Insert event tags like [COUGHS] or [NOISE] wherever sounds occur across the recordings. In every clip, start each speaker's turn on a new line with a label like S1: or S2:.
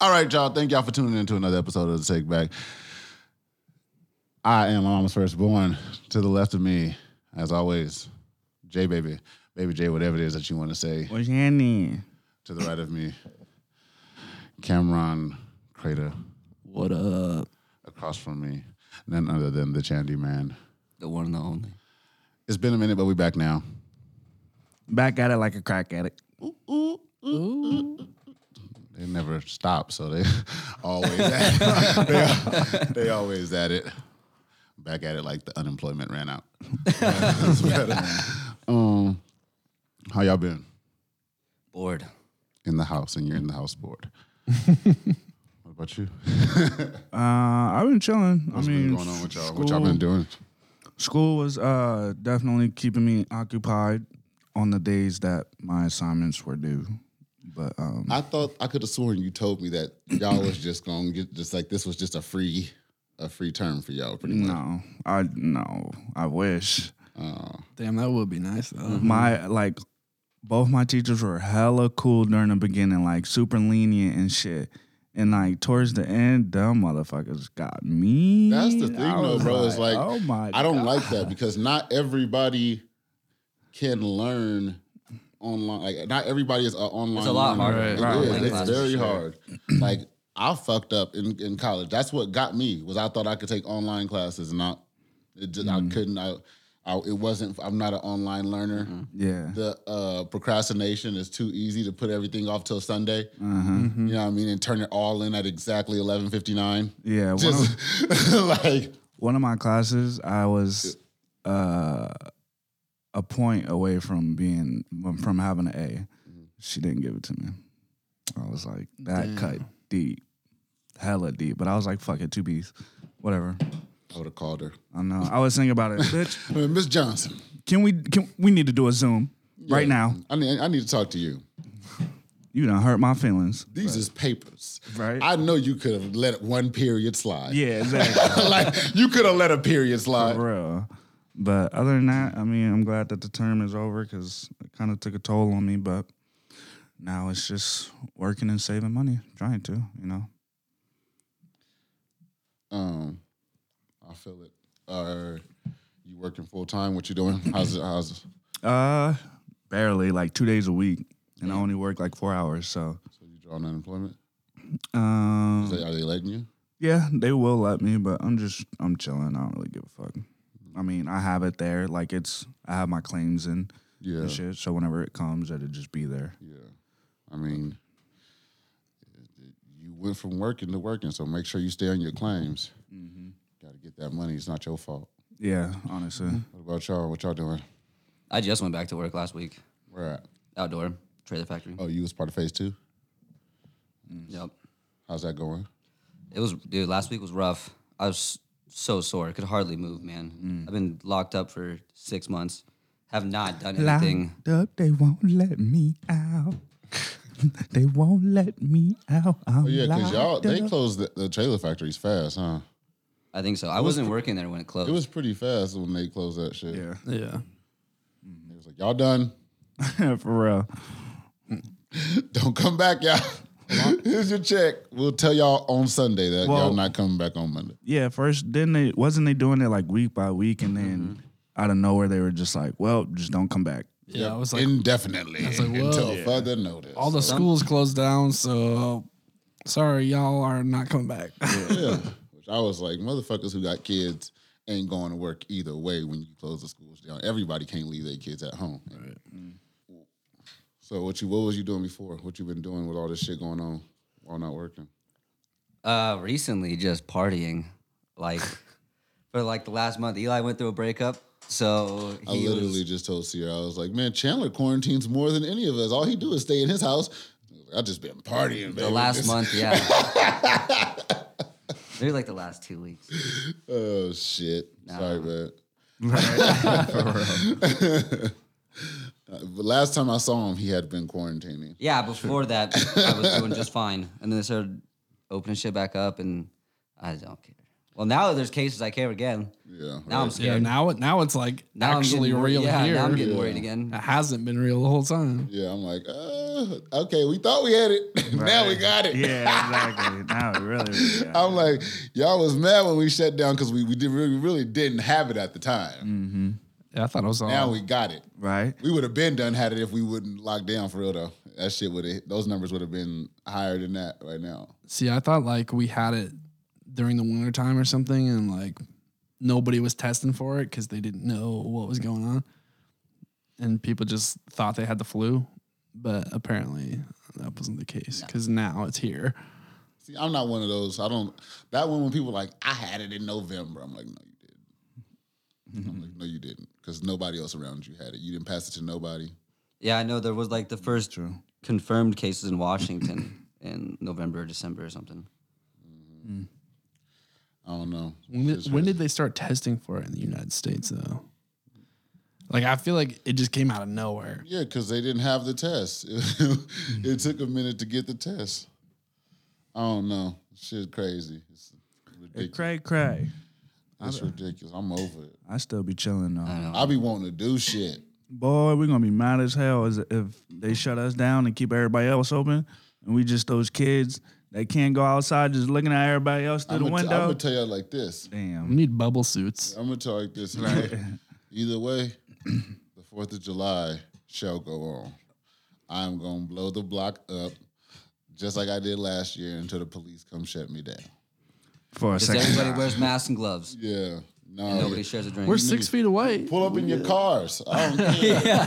S1: All right, y'all. Thank y'all for tuning in to another episode of The Take Back. I am my mama's firstborn. To the left of me, as always, J Baby. Baby J, whatever it is that you want to say.
S2: What's happening?
S1: To the right of me, Cameron Crater.
S2: What up?
S1: Across from me, none other than the Chandy Man.
S3: The one and the only.
S1: It's been a minute, but we back now.
S2: Back at it like a crack addict.
S1: They never stop, so they [LAUGHS] always at it. [LAUGHS] they, they always at it. Back at it like the unemployment ran out. That's better. Um, how y'all been
S3: Bored.
S1: in the house? And you're in the house bored. what about you?
S2: Uh, I've been chilling.
S1: What's
S2: I mean,
S1: been going on with y'all?
S2: School,
S1: What y'all been doing?
S2: School was uh, definitely keeping me occupied on the days that my assignments were due. But um,
S1: I thought I could have sworn you told me that y'all was just gonna get just like this was just a free, a free term for y'all, pretty much. Um,
S2: no, I no, I wish
S3: Damn, that would be nice though.
S2: my like both my teachers were hella cool during the beginning, like super lenient and shit. And like towards the end, dumb motherfuckers got me.
S1: That's the thing,
S2: I
S1: though,
S2: was
S1: bro. it's like
S2: oh my,
S1: I don't
S2: God.
S1: like that because not everybody can learn online. Like not everybody is an online.
S3: It's a lot
S1: learner. It
S3: harder than
S1: is.
S3: online
S1: It's
S3: classes,
S1: very
S3: sure. [CLEARS THROAT]
S1: hard. Like I fucked up in, in college. That's what got me was I thought I could take online classes and I, it just,
S3: Mm.
S1: I couldn't. I, I it wasn't. I'm not an online learner.
S2: Yeah,
S1: The uh, procrastination is too easy to put everything off till Sunday.
S2: uh-huh.
S1: You know what I mean, and turn it all in at exactly 11:59.
S2: yeah. one of-
S1: Just [LAUGHS] like
S2: one of my classes, I was uh, a point away from being from having an A.
S1: Mm-hmm.
S2: She didn't give it to me. I was like, that cut deep, hella deep. But I was like, fuck it, two B's, whatever.
S1: I would have called her.
S2: I know. I was thinking about
S1: [LAUGHS]
S2: it. Bitch,
S1: Uh, Miss Johnson.
S2: can we? Can we need to do a Zoom right now?
S1: I need, I need to talk to you.
S2: You done hurt my feelings.
S1: These is papers.
S2: Right.
S1: I know you could have let one period slide.
S2: Yeah,
S1: [LAUGHS]
S2: exactly.
S1: like you could have let a period slide.
S2: For real. But other than that, I mean, I'm glad that the term is over because it kind of took a toll on me. But now it's just working and saving money, trying to, you know.
S1: Um, I feel it. Are you working full time? What you doing? How's it? How's
S2: Uh, barely, like two days a week, and I only work like four hours. So,
S1: so you drawing unemployment? Is
S2: um,
S1: they- are they letting you?
S2: yeah, they will let me, but I'm just I'm chilling. I don't really give a fuck. I mean, I have it there, like it's I have my claims in
S1: Yeah.
S2: and shit. So whenever it comes, it'll just be there.
S1: Yeah. I mean, you went from working to working, so make sure you stay on your claims.
S2: Mm-hmm.
S1: Got to get that money. It's not your fault.
S2: Yeah, honestly.
S1: What about y'all? What y'all doing?
S3: I just went back to work last week.
S1: Where at?
S3: Outdoor. Trailer factory.
S1: Oh, you was part of phase two.
S3: Yep.
S1: How's that going?
S3: It was dude, last week was rough. I was so sore. Could hardly move,
S1: Mm.
S3: man. I've been locked up for six months. Have not done anything.
S2: Locked up, they won't let me out. [LAUGHS] they won't let me out. I'm
S1: Oh yeah, because y'all
S2: locked
S1: they
S2: up.
S1: closed the, the trailer factories fast, huh?
S3: I think so. I wasn't working there when it closed.
S1: It was pretty fast when they closed that shit.
S2: Yeah,
S4: Yeah.
S1: It was like y'all done. [LAUGHS]
S2: [LAUGHS] for real.
S1: Don't come back, y'all. [LAUGHS] Here's your check. We'll tell y'all on Sunday that y'all
S2: Well-
S1: not coming back on Monday.
S2: Yeah, first then they wasn't they doing it like week by week, and then
S1: Mm-hmm.
S2: out of nowhere they were just like, well, just don't
S1: [LAUGHS]
S2: come back.
S4: Yeah. I was like,
S1: indefinitely
S4: like, well,
S1: until further notice.
S4: all the schools closed down, so sorry, y'all are not coming back. [LAUGHS]
S1: yeah. Which I was like, motherfuckers who got kids ain't going to work either way when you close the schools down. Everybody can't leave their kids at home. So what you what was you doing before? What you been doing with all this shit going on while not working?
S3: Uh, recently, just partying,
S1: [LAUGHS]
S3: like for like the last month. Eli went through a breakup, so
S1: I
S3: he
S1: literally
S3: was,
S1: just told Sierra, I was like, man, Chandler quarantines more than any of us. All he do is stay in his house. I just been partying, baby.
S3: the last
S1: Just- [LAUGHS]
S3: month. Yeah, maybe like the last two weeks.
S1: Oh shit. Sorry, man.
S2: [LAUGHS]
S1: Uh, [LAUGHS] But last time I saw him, he had been quarantining.
S3: Yeah, before that, I was doing just fine, and then they started opening shit back up, and I don't care. Well, now that there's cases, I care again.
S1: Yeah.
S3: Now I'm
S4: Yeah,
S3: scared.
S4: now it now it's like
S3: Now I'm
S4: actually
S3: getting wor-
S4: real
S3: yeah,
S4: here.
S3: Now I'm getting
S1: Yeah.
S3: worried again.
S4: it hasn't been real the whole time.
S1: Yeah, I'm like, uh, okay, we thought we had it. [LAUGHS] now we
S5: Right.
S1: got it.
S5: Yeah, exactly. now it really, really got
S1: [LAUGHS] I'm like, y'all was mad when we shut down because we, we did, really, really didn't have it at the time.
S2: Mm-hmm,
S4: Yeah, I thought it
S3: Mm-hmm.
S4: was all.
S1: Now we got it.
S5: right.
S1: We would have been done had it if we wouldn't lock down for real though. That shit would have those numbers would have been higher than that right now.
S4: See, I thought like we had it during the winter time or something, and like nobody was testing for it because they didn't know what was going on, and people just thought they had the flu, but apparently that wasn't the case because now it's here.
S1: See, I'm not one of those. I don't that one when people like, I had it in November. I'm like, no, you didn't. I'm like, no, you didn't. Because nobody else around you had it. You didn't pass it to nobody.
S3: Yeah, I know there was like the first confirmed cases in Washington [COUGHS] in November or December or something.
S1: I don't know.
S4: When did, when did they start testing for it in the United States though? Like I feel like it just came out of nowhere.
S1: Yeah, because they didn't have the test. [LAUGHS] it took a minute to get the test. I don't know. Shit crazy. It's
S5: Hey,
S1: ridiculous.
S5: cray, cray.
S1: It's ridiculous. I'm over it.
S5: I still be chilling though.
S1: I be wanting to do shit.
S5: Boy, we're gonna be mad as hell as if they shut us down and keep everybody else open, and we just those kids that can't go outside, just looking at everybody else through
S1: I'm
S5: the
S1: gonna,
S5: window.
S1: tell y'all like this.
S4: We
S5: Damn.
S4: need bubble suits.
S1: I'm gonna tell you like this. Either- Either way, [CLEARS THROAT] the Fourth of July shall go on. I'm gonna blow the block up, just like I did last year, until the police come shut me down.
S5: For a
S3: Because
S5: second.
S3: everybody wears masks and gloves.
S1: Yeah. No.
S3: Nobody shares a drink.
S4: We're six feet away.
S1: Pull up in your cars. I
S3: [LAUGHS]
S1: don't care.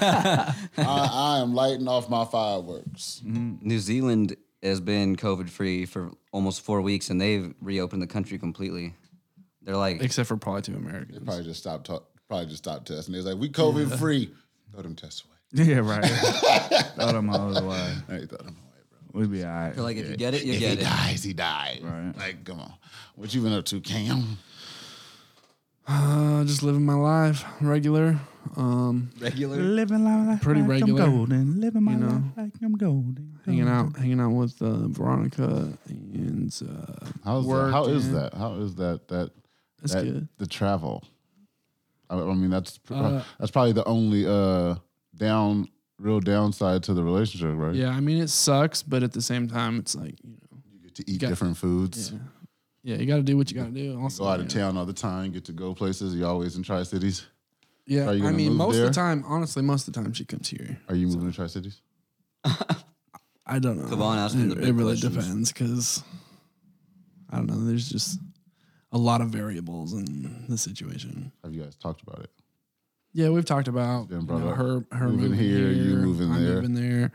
S1: I, I am lighting off my fireworks.
S3: New Zealand has been COVID free for almost four weeks, and they've reopened the country completely. They're like,
S4: Except for probably two Americans.
S1: Probably just stop talk, probably just stop testing. It's like we COVID free. Throw them tests away.
S5: [LAUGHS] Yeah, right. Throw them all away.
S1: Hey, throw them away, bro.
S5: We'd be all right.
S3: they're like if you get it, you
S1: If
S3: get
S1: he
S3: it.
S1: dies, he dies.
S5: Right.
S1: Like, come on. What you been up to, Cam?
S4: Uh, just living my life, regular. Um, [LAUGHS]
S3: Regular.
S5: living life
S4: Pretty
S5: like
S4: regular,
S5: I'm golden. Living my
S4: you know?
S5: life like I'm golden.
S4: hanging out, hanging out with uh, Veronica, and uh,
S1: How's
S4: Work
S1: that? How is
S4: and-
S1: that? How is that? That
S4: That's
S1: that-
S4: good.
S1: The travel. I, I mean, that's pr-
S4: Uh,
S1: that's probably the only uh down real downside to the relationship, right?
S4: yeah, I mean it sucks, but at the same time, it's like you know,
S1: You get to eat
S4: Got-
S1: different foods.
S4: yeah, yeah, you got to do what you got to do. Also,
S1: Go out of
S4: yeah.
S1: town all the time. Get to go places. You always in Tri Cities.
S4: Yeah,
S1: Are you
S4: I
S1: gonna
S4: mean
S1: move
S4: most of
S1: there?
S4: the time, honestly, most of the time she comes here.
S1: Are you moving to Tri Cities?
S4: I don't know.
S3: Come on, ask them
S4: it,
S3: the
S4: it
S3: big
S4: really
S3: questions.
S4: depends because I don't know. There's just a lot of variables in the situation.
S1: Have you guys talked about it?
S4: Yeah, we've talked about
S1: been
S4: you
S1: brought
S4: know,
S1: up.
S4: her her
S1: Moving
S4: moving,
S1: here,
S4: here,
S1: you moving
S4: I'm
S1: there.
S4: moving there,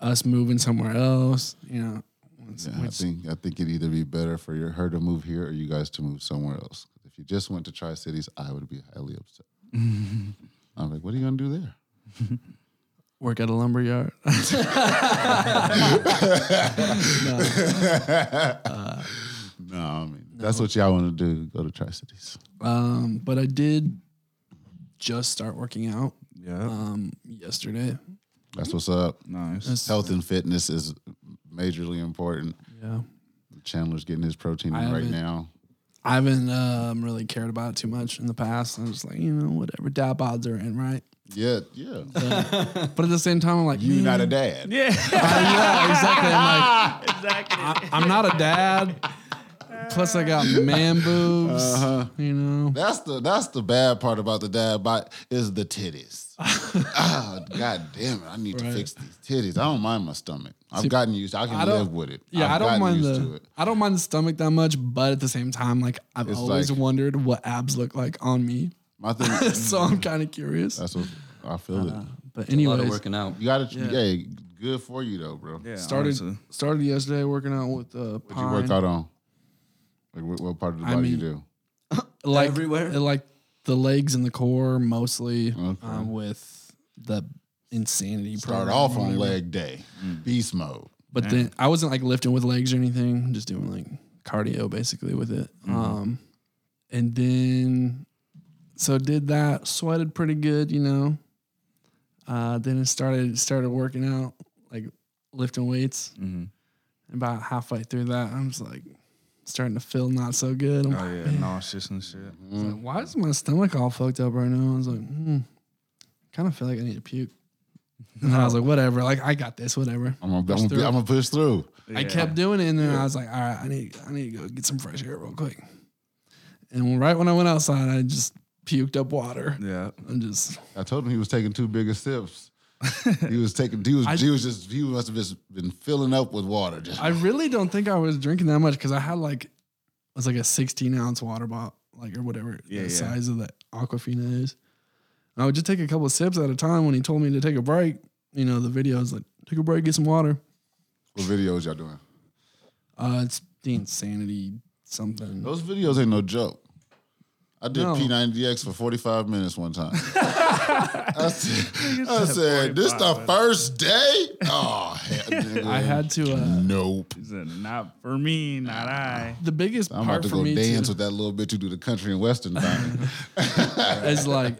S4: us moving somewhere else. You know, It's-
S1: Yeah, I
S4: it's-
S1: think I think it'd either be better for your, her to move here or you guys to move somewhere else. If you just went to Tri Cities, I would be highly
S4: [LAUGHS]
S1: upset. I'm like, what are you gonna do there?
S4: work at a lumber yard.
S1: No, I mean that's what y'all want to do. Go to Tri Cities.
S4: um, but I did just start working out
S5: Yeah.
S4: um, yesterday. Mm-hmm.
S1: That's what's up.
S5: Nice.
S4: That's-
S1: Health and fitness is majorly important.
S4: yeah,
S1: Chandler's getting his protein
S4: I
S1: in right
S4: haven't-
S1: now.
S4: I haven't um, really cared about it too much in the past. I'm just like, you know, whatever. Dad bods are in, right?
S1: Yeah, yeah.
S4: But at the same time, I'm like,
S1: You
S4: man,
S1: not a dad.
S5: Yeah.
S4: yeah, exactly. I'm like,
S5: exactly.
S4: I'm not a dad. Plus, I got man boobs.
S1: Uh-huh.
S4: You know,
S1: That's the that's the bad part about the dad bod is the
S4: [LAUGHS]
S1: titties. Ah, God damn it! I need to
S4: Right.
S1: fix these titties. I don't mind my stomach. I've gotten used. I can
S4: I don't-
S1: live with it.
S4: Yeah,
S1: I've
S4: I do not
S1: gotten
S4: mind
S1: used
S4: the
S1: to it.
S4: I don't mind the stomach that much, but at the same time, like I've
S1: It's
S4: always
S1: like-
S4: wondered what abs look like on me, [LAUGHS]
S1: My thing. mm,
S4: so I'm kind of curious.
S1: Mm-hmm. that's what I feel. it.
S3: A lot
S4: But
S3: of
S4: anyways,
S3: working out.
S1: You got to. Yeah. good for you though, bro.
S5: Yeah,
S4: started
S5: honestly.
S4: started yesterday working out with uh,
S1: What
S4: Pine,
S1: you work out on? Like what, what part of the
S4: I
S1: body you
S4: mean-
S1: do?
S4: like
S3: everywhere?
S4: like the legs and the core mostly,
S1: Okay.
S4: um, with the insanity.
S1: Start
S4: program
S1: off
S4: or
S1: on
S4: whatever. Mm.
S1: leg day, beast mode.
S4: But then I wasn't like lifting with legs or anything, just doing like cardio basically with it. Um, and then so did that, sweated pretty good, you know. Uh, then it started started working out, like lifting weights.
S5: Mm-hmm.
S4: About halfway through that, I'm just like starting to feel not so good. I'm
S5: Oh yeah, nauseous and shit.
S4: like, why is my stomach all fucked up right now? I was like, hmm, kind of feel like I need to puke. And I was like, whatever. Like I got this. Whatever.
S1: I'm gonna, I'm, gonna, I'm gonna push through.
S4: I kept doing it, and then I was like, all right, I need, I need to go get some fresh air real quick. And right when I went outside, I just puked up water.
S2: Yeah.
S4: I'm just,
S1: I told him he was taking two bigger sips. he was taking.
S4: [LAUGHS]
S1: He was. he was just. He must have just been filling up with water. Just
S4: I really don't think I was drinking that much because I had like, it was like a 16 ounce water bottle, like or whatever
S2: Yeah, yeah.
S4: the size of the Aquafina is. And I would just take a couple of sips at a time. When he told me to take a break, you know, the video is like, take a break, get some water.
S1: what videos y'all doing?
S4: Uh, it's the insanity something.
S1: Those videos ain't no joke. I did
S4: No.
S1: P90X for 45 minutes one
S4: [LAUGHS]
S1: time. I said, I said this the first day? Oh, hell,
S4: [LAUGHS] I had to. Uh,
S1: Nope.
S2: He said, not for me, not I.
S4: the biggest
S1: I'm
S4: part
S1: about to
S4: for
S1: go
S4: me
S1: dance
S4: too,
S1: with that little bitch who do the country and western thing.
S4: [LAUGHS] is like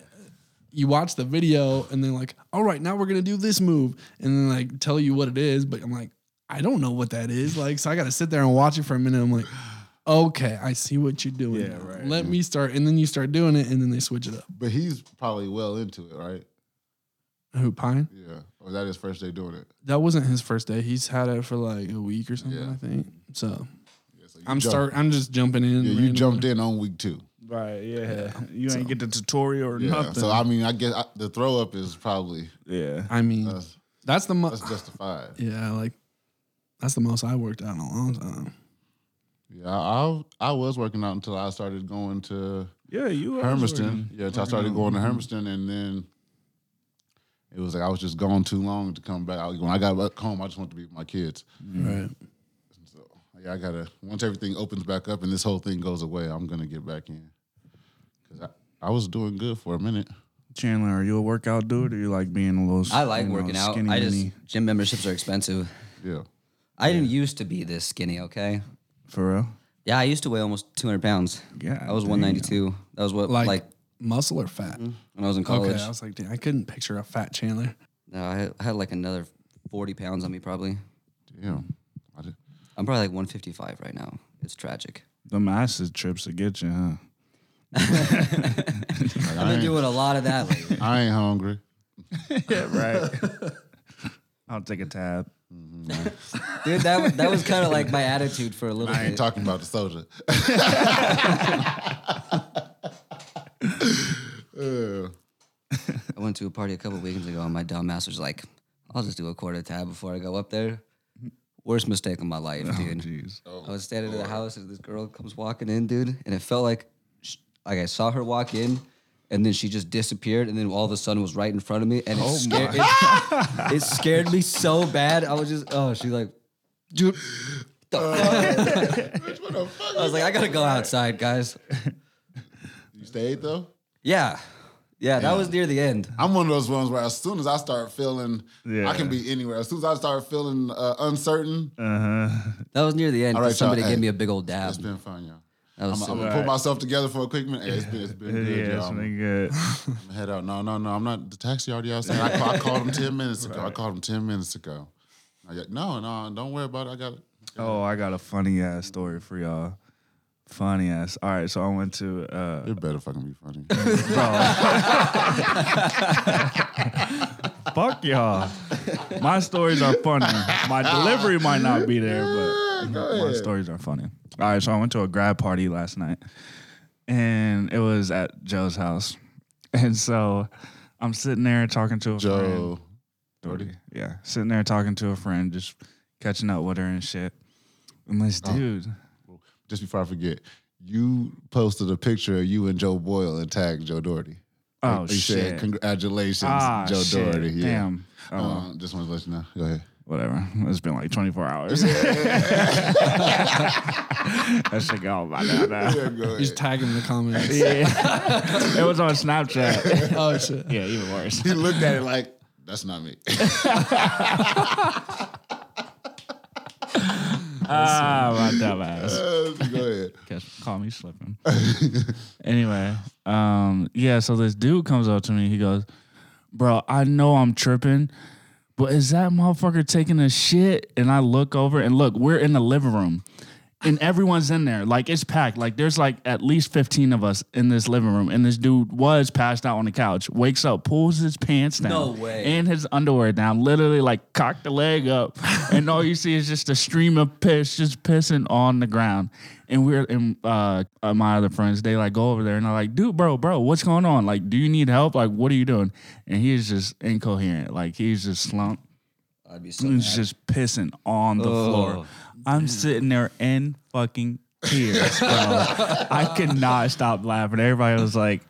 S4: you watch the video and then like, all right, now we're gonna do this move, and then like tell you what it is, but I'm like, I don't know what that is. Like, so I gotta sit there and watch it for a minute. I'm like, okay, I see what you're doing.
S2: Yeah,
S4: now.
S2: right.
S4: Let me start, and then you start doing it, and then they switch it up.
S1: but he's probably well into it, right?
S4: Who Pine?
S1: Yeah. Or is that his first day doing it?
S4: That wasn't his first day. He's had it for like a week or something,
S1: Yeah.
S4: I think. So
S1: Yeah, so you
S4: I'm
S1: jumped-
S4: start. I'm just jumping in.
S1: Yeah, you
S4: randomly.
S1: jumped in on week two.
S2: Right, yeah. You ain't get the tutorial or
S1: Yeah.
S2: nothing.
S1: So I mean, I guess I, the throw up is probably
S2: yeah.
S4: I mean,
S1: that's,
S4: that's the mo-
S1: that's justified.
S4: yeah, like that's the most I worked out in a long time.
S1: Yeah, I, I I was working out until I started going to
S2: Yeah, you was
S1: Hermiston.
S2: working. Mm-hmm.
S1: Yeah, until I started going to Hermiston, and then it was like I was just gone too long to come back. I, when I got back home, I just wanted to be with my kids.
S2: Mm.
S4: Right.
S1: So yeah, I gotta. Once everything opens back up and this whole thing goes away, I'm gonna get back in because I, I was doing good for a minute.
S2: Chandler, are you a workout dude or you like being a little
S3: I like
S2: you know,
S3: working out.
S2: skinny
S3: I just
S2: mini?
S3: gym memberships are expensive.
S1: Yeah,
S3: I didn't used to be this skinny. Okay.
S2: for real?
S3: Yeah, I used to weigh almost 200 pounds.
S2: Yeah.
S3: I was 192. That was what
S4: like,
S3: like,
S4: muscle or fat?
S3: when I was in college.
S4: Okay, I was like, damn, I couldn't picture a fat Chandler.
S3: No, I had, I had like another 40 pounds on me probably.
S1: damn. I did.
S3: I'm probably like 155 right now. It's tragic.
S2: The acid trips to get you, huh?
S1: Like,
S3: I've
S1: I,
S3: been
S1: ain't,
S3: doing a lot of that lately.
S1: I ain't hungry.
S2: right. [LAUGHS] I'll take a tab.
S3: Dude, that, was- that was kind of like my attitude for a little
S1: I ain't
S3: bit.
S1: talking about the soda. [LAUGHS] Uh,
S3: I went to a party a couple weekends ago, and my dumb ass was like, I'll just do a quarter tab before I go up there. Worst mistake of my life, dude.
S2: Jeez.
S3: I was standing in the house, and this girl comes walking in, dude, and it felt like, sh like I saw her walk in, and then she just disappeared, and then all of a sudden was right in front of me, and it, scared, [LAUGHS] it, it scared me so bad. I was just, oh, she's like, dude. the fuck? I was like, I gotta go outside, guys.
S1: you stayed though.
S3: Yeah, yeah, that was near the end.
S1: I'm one of those ones where as soon as I start feeling, I can
S2: Yeah.
S1: be anywhere. As soon as I start feeling uh, uncertain,
S3: That was near the end. 'cause
S1: All right,
S3: somebody
S1: y'all,
S3: gave
S1: hey.
S3: me a big old dab.
S1: it's been fun, y'all.
S3: That was
S1: I'm,
S3: so-
S1: I'm gonna put myself together for a quick minute. Hey, it's been, it's been good,
S2: Yeah,
S1: y'all.
S2: it's
S1: I'm
S2: been good.
S1: gonna head out. No, no, no. I'm not. The taxi already outside. I, ca- I called him ten minutes ago. I called him ten minutes ago. I got, no, no. Don't worry about it. I got it.
S2: Oh, I got a funny ass story for y'all. Funny ass. All right, so I went to uh
S1: It better fucking be funny.
S2: fuck y'all. My stories are funny. My delivery might not be there, but my stories are funny. All right, so I went to a grad party last night, and it was at Joe's house, [LAUGHS] and so I'm sitting there talking to a friend.
S1: [LAUGHS] Joe.
S2: Doherty. Yeah. Sitting there talking to a friend, just catching up with her and shit. And this
S1: Oh.
S2: dude,
S1: Just before I forget, you posted a picture of you and Joe Boyle and tagged Joe Doherty.
S2: oh
S1: you
S2: shit.
S1: said congratulations,
S2: ah,
S1: Joe
S2: shit.
S1: Doherty. Yeah.
S2: Damn. Oh,
S1: Uh, just want to let you know. Go ahead.
S2: whatever. It's been like 24 hours. that [LAUGHS] shit gone
S1: [LAUGHS]
S2: by now. nah.
S1: Yeah, go
S4: Just
S1: ahead.
S4: tag him in the [LAUGHS] comments.
S2: It was on Snapchat.
S4: Oh shit!
S2: yeah, even worse.
S1: He looked at it like, that's not me. [LAUGHS]
S2: ah, my dumb ass.
S1: go ahead.
S2: Catch, call me slipping. anyway, um, yeah. So this dude comes up to me. He goes, "Bro, I know I'm tripping, but is that motherfucker taking a shit?" And I look over and look. We're in the living room, and everyone's in there. Like it's packed. Like there's like at least 15 of us in this living room. And this dude was passed out on the couch, wakes up, pulls his pants down.
S3: No way.
S2: And his underwear down, literally like cocked the leg up. and all you see is just a stream of piss, just pissing on the ground. And we're and uh uh, my other friends, they like go over there and they're like, dude, bro, bro, what's going on? Like, do you need help? Like, what are you doing? And he's just incoherent. Like he's just slumped.
S3: I'd be
S1: [LAUGHS]
S3: so
S2: It's
S3: mad.
S2: just pissing on
S1: Oh,
S2: the floor. I'm sitting there in fucking tears, bro. I could not stop laughing. Everybody was like,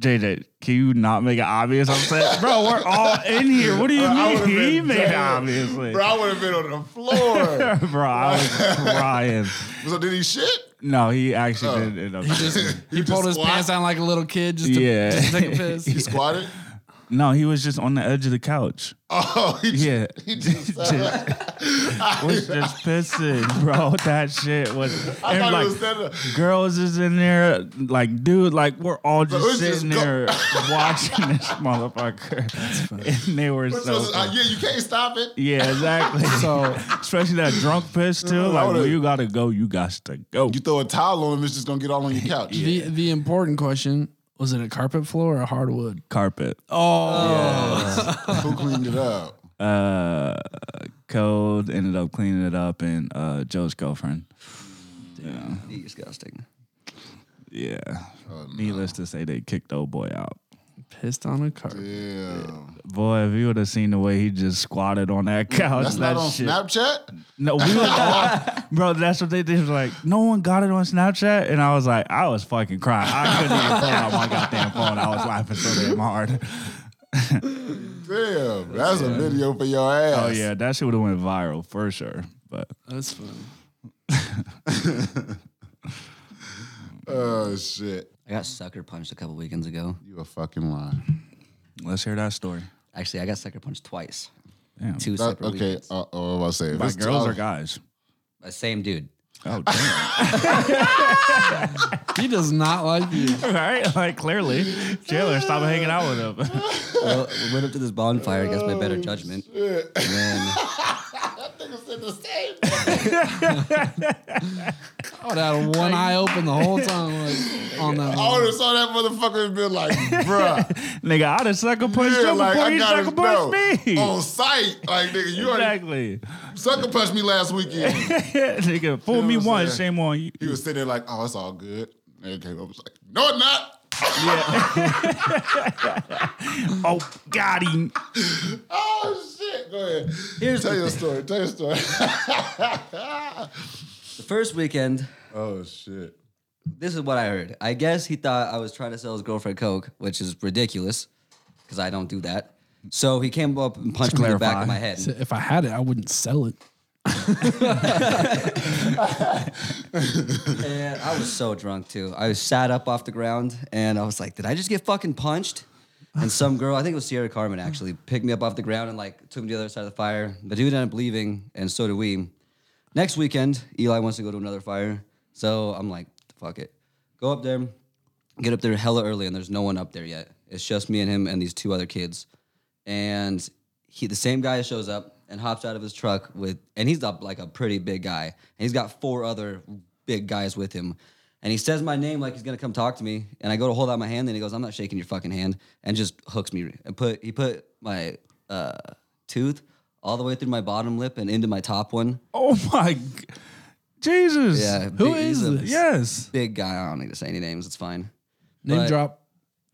S2: JJ, can you not make it obvious? I'm saying, bro, we're all in here. What do you
S1: I would've
S2: mean? He
S1: been
S2: made it
S1: dead.
S2: obviously.
S1: Bro,
S2: Bro,
S1: I would have been on the
S2: [LAUGHS]
S1: floor.
S2: I was crying.
S1: so did he shit?
S2: No, he actually
S1: Oh.
S2: did end up.
S4: [LAUGHS] He, pulled his
S1: squat?
S4: pants down like a little kid just to,
S2: Yeah.
S4: just to take a [LAUGHS] piss.
S1: He
S2: [LAUGHS]
S1: squatted?
S2: No, he was just on the edge of the couch.
S1: Oh, he just,
S2: Yeah.
S1: he just [LAUGHS]
S2: was [LAUGHS] just pissing, bro. That shit was.
S1: I
S2: and,
S1: thought
S2: like,
S1: it was that. uh,
S2: girls is in there, like dude, like we're all just
S1: let's just
S2: sitting
S1: go- [LAUGHS]
S2: there watching this motherfucker, and they were
S1: Which
S2: so.
S1: was, uh, yeah, you can't stop it.
S2: yeah, exactly. So, especially that drunk piss too. Like,
S1: would've-
S2: well, you gotta go. You got to go.
S1: You throw a towel on him, it's just gonna get all
S2: [LAUGHS]
S1: on your couch.
S4: The the important question was it a carpet floor or a hardwood?
S2: Carpet.
S4: Oh.
S1: Who cleaned it up?
S2: Uh, Code ended up cleaning it up, and uh, Joe's girlfriend.
S3: disgusting.
S2: Yeah.
S1: Oh,
S2: Needless to say, they kicked the old boy out.
S4: Pissed on a carpet.
S1: Yeah.
S2: Boy, if you would have seen the way he just squatted on that couch,
S1: That's
S2: that
S1: not on
S2: shit.
S1: Snapchat?
S2: No, we [LAUGHS] was bro. That's what they did. It was like, no one got it on Snapchat, and I was like, I was fucking crying. I couldn't even pull out my goddamn phone. I was laughing so damn hard.
S1: Damn, that's a video for your ass.
S2: Oh yeah, that shit would have went viral for sure. But
S4: That's fun.
S1: Oh shit.
S3: I got sucker punched a couple weekends ago.
S1: You a fucking liar.
S2: let's hear that story.
S3: Actually, I got sucker punched twice.
S2: Damn,
S3: Two
S1: That-
S3: separate
S1: okay,
S3: weekends.
S1: uh, oh, I was about to say. if
S2: by
S1: it's-
S2: girls
S1: uh,
S2: or guys?
S3: Uh, Same dude.
S2: [LAUGHS] Oh damn!
S4: He does not like you.
S2: right? Like clearly, Chandler, stop hanging out with him. [LAUGHS]
S3: well, we went up to this bonfire against my better judgment.
S1: Oh,
S3: And then
S4: I would have had one eye open the [LAUGHS] whole time like, on that.
S1: I would
S4: one.
S1: have saw that motherfucker and been
S2: [LAUGHS]
S1: like, bruh.
S2: Nigga, I'd have sucker punched
S1: yeah,
S2: you
S1: like,
S2: before
S1: I
S2: you
S1: gotta
S2: sucker
S1: know.
S2: punched me.
S1: On sight. Like, nigga,
S2: Oh,
S1: you already
S2: [LAUGHS] exactly.
S1: sucker punched me last weekend.
S2: [LAUGHS] Nigga, fool
S1: You know
S2: me
S1: what I'm
S2: once,
S1: saying?
S2: shame on you.
S1: He was sitting there like, oh, it's all good. And it came up, was like, no, it's not.
S2: Oh God, he.
S1: Oh, shit. Go ahead. Tell your story. Tell your story. [LAUGHS]
S3: the first weekend,
S1: oh, shit.
S3: this is what I heard. I guess he thought I was trying to sell his girlfriend coke, which is ridiculous because I don't do that. So he came up and punched me in the back
S2: clarify.
S3: of my head.
S4: So if I had it, I wouldn't sell it.
S3: And I was so drunk too. I was sat up off the ground and I was like, did I just get fucking punched? And some girl, I think it was Sierra Carmen actually, picked me up off the ground and like took me to the other side of the fire. The dude ended up leaving, and so did we. Next weekend, Eli wants to go to another fire. So I'm like, fuck it. Go up there, get up there hella early, and there's no one up there yet. It's just me and him and these two other kids. And he the same guy shows up and hops out of his truck with and he's up like a pretty big guy. And he's got four other big guys with him. And he says my name like he's gonna come talk to me. And I go to hold out my hand, and he goes, I'm not shaking your fucking hand, and just hooks me and put he put my uh, tooth all the way through my bottom lip and into my top one.
S2: Oh my, g- Jesus!
S3: Yeah,
S2: who
S3: big- he's
S2: is
S3: a-
S2: this? Yes.
S3: Big guy, I don't need to say any names, it's fine.
S4: Name
S3: But-
S4: drop.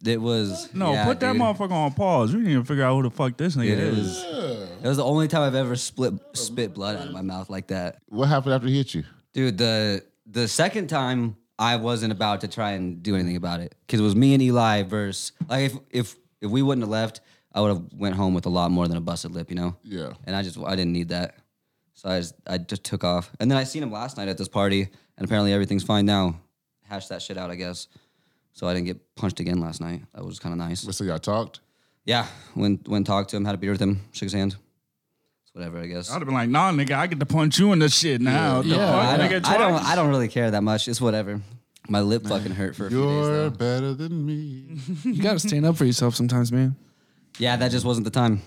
S3: It was
S2: No,
S3: yeah,
S2: put that
S3: dude.
S2: motherfucker on pause. We need to figure out who the fuck this nigga
S3: Dude, It
S2: is.
S3: was, it was the only time I've ever split spit blood out of my mouth like that.
S1: What happened after he hit you?
S3: Dude, the the second time I wasn't about to try and do anything about it because it was me and Eli versus like if if if we wouldn't have left, I would have went home with a lot more than a busted lip, you know.
S1: Yeah.
S3: And I just I didn't need that, so I just I just took off. And then I seen him last night at this party, and apparently everything's fine now. Hash that shit out, I guess. So I didn't get punched again last night. That was kind of nice.
S1: So y'all talked?
S3: Yeah, went went talked to him, had a beer with him, shook his hand. It's whatever, I guess.
S2: I'd have been like, nah, nigga, I get to punch you in this shit now.
S4: Yeah,
S2: Yeah,
S3: I
S2: the fuck,
S3: don't,
S2: nigga,
S3: I don't.
S2: twice?
S3: I don't really care that much. It's whatever. My lip fucking hurt for a few days.
S1: You're
S3: Though.
S1: better than me.
S4: You gotta stand up for yourself sometimes, man.
S3: Yeah, that just wasn't the time.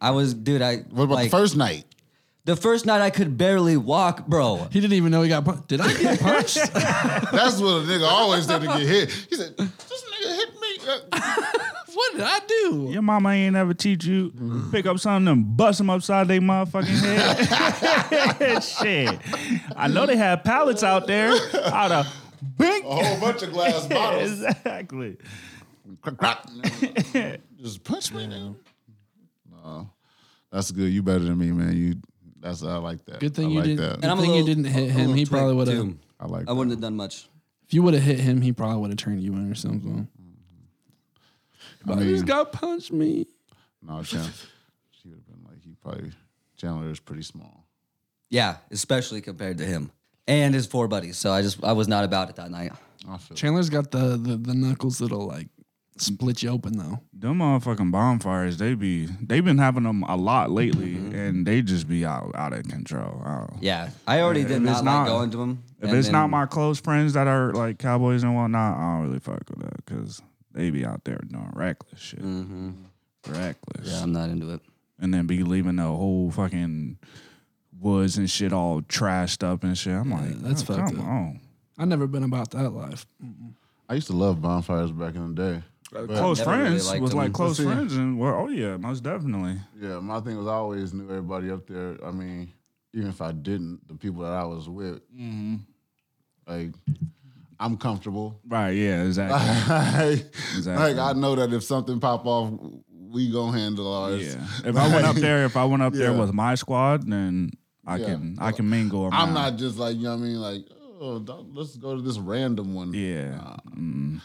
S3: I was, dude. I
S1: What about
S3: like,
S1: the first night?
S3: The first night I could barely walk, bro.
S4: He didn't even know he got punched. Did I get [LAUGHS] punched?
S1: That's what a nigga always said to get hit. He said, "This nigga hit me." Uh,
S4: what did I do?
S2: Your mama ain't ever teach you
S3: Mm-hmm.
S2: pick up something and bust them upside they motherfucking
S3: [LAUGHS]
S2: head. [LAUGHS] Shit, I know they have pallets out there out of big.
S1: A whole bunch of [LAUGHS] glass
S3: Oh.
S1: bottles.
S2: [LAUGHS] exactly.
S1: Crack, crack. Just punch me, nigga. No, that's good. You better than me, man. You. That's I like that. I
S4: Good thing you
S1: like
S4: didn't.
S1: That.
S4: Good
S3: I'm a
S4: thing you
S3: little-
S4: didn't hit
S3: a
S4: him.
S3: little
S4: He probably
S3: twig,
S4: would have.
S3: too.
S1: I like.
S3: I
S1: that.
S3: wouldn't have done much.
S4: If you would have hit him, he probably would have turned you in or something. But he just
S1: mean-
S4: got punched me.
S1: No, Chandler. she would have been like, he probably Chandler is pretty small.
S3: Yeah, especially compared to him and his four buddies. So I just I was not about it that night.
S1: I feel.
S4: Chandler's got the the, the knuckles that'll like split you open though.
S2: Them motherfucking bonfires, they be they've been having them a lot lately,
S3: Mm-hmm.
S2: and they just be out out of control. I don't-
S3: Yeah, I already
S2: Yeah,
S3: did
S2: if it's
S3: not,
S2: not-
S3: like going to him.
S2: If
S3: and
S2: it's not
S3: then-
S2: my close friends that are like cowboys and whatnot, I don't really fuck with that because they be out there doing reckless shit, reckless,
S3: Mm-hmm. yeah, I'm not into it.
S2: and then be leaving the whole fucking woods and shit all trashed up and shit. I'm like, that's
S4: that's fucked
S2: come
S4: up.
S2: on.
S4: I've never been about that life.
S1: I used to love bonfires back in the day. But,
S2: Close
S3: never really
S2: friends
S3: liked
S2: was
S3: them.
S2: like
S3: [LAUGHS]
S1: Let's
S2: close
S1: see.
S2: friends, and well, oh yeah, most definitely.
S1: yeah, my thing was I always knew everybody up there. I mean, even if I didn't, the people that I was with,
S2: Mm-hmm.
S1: like, I'm comfortable.
S2: Right? Yeah,
S3: [LAUGHS]
S2: exactly.
S1: [LAUGHS] like,
S2: Exactly.
S1: I know that if something pop off, we gonna handle ours.
S2: Yeah.
S1: [LAUGHS]
S2: If I went up there, if I went up there
S1: Yeah.
S2: with my squad, then I
S1: Yeah.
S2: can I can mingle.
S1: I'm
S2: around.
S1: not just like you know what I mean. Like, oh, dog, let's go to this random one.
S2: Yeah. Mm.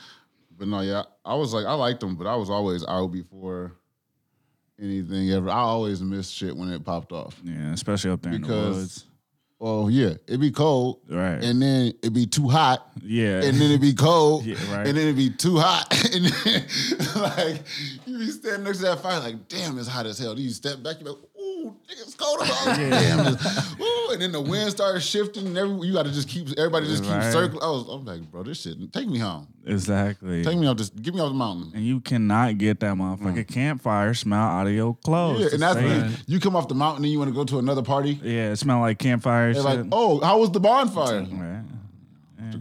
S1: But no, yeah, I was like, I liked them, but I was always out before anything ever. I always missed shit when it popped off.
S2: Yeah. Especially up there in the
S1: Because-
S2: woods.
S1: Well, yeah, it'd be cold,
S2: Right.
S1: and then it'd be too hot,
S2: yeah.
S1: and then it'd be cold,
S2: Yeah, right.
S1: and then it'd be too hot, [LAUGHS] and then like you be standing next to that fire, like, damn, it's hot as hell. Then you step back, you be like, ooh, nigga, it's cold as
S2: [LAUGHS]
S1: hell. Damn, it's, ooh, and then the wind started shifting, and every, you got to just keep everybody just keep
S2: Right.
S1: circling. I was, I'm like, bro, this shit, take me home,
S2: [LAUGHS] exactly.
S1: take me off this, get me off the mountain.
S2: and you cannot get that motherfucking campfire smell out of your clothes.
S1: Mm. Yeah,
S2: The
S1: and that's
S2: same-
S1: when you come off the mountain and you want to go to another party.
S2: yeah, it smell like campfire
S1: They're
S2: shit.
S1: like, oh, how was the bonfire?
S2: right.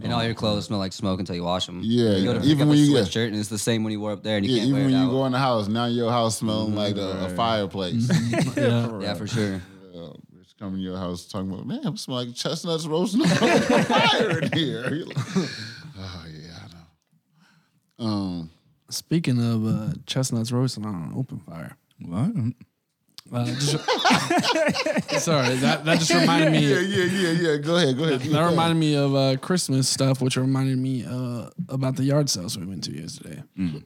S3: And all your clothes smell like smoke until you wash them.
S1: Yeah,
S3: you go
S1: yeah.
S3: to pick
S1: Even
S3: up
S1: when
S3: a
S1: you get-
S3: sweatshirt and it's the same when you wore up there, and you
S1: Yeah,
S3: can't
S1: even
S3: wear
S1: when
S3: it
S1: you
S3: out.
S1: go in the house, now your house smelling like a, a fireplace. [LAUGHS]
S4: Yeah.
S3: yeah, for [LAUGHS] sure.
S1: Uh, it's coming to your house talking about, man, it smell like chestnuts roasting on [LAUGHS] fire in here. You're like, oh yeah, I know. Um,
S4: Speaking of uh, chestnuts roasting on an open fire.
S2: What?
S4: Uh, [LAUGHS] just, [LAUGHS] sorry, that, that just reminded me.
S1: yeah, yeah, yeah, yeah. Go ahead, go [LAUGHS] ahead.
S4: That reminded me of uh, Christmas stuff, which reminded me uh, about the yard sales we went to yesterday.
S1: Mm.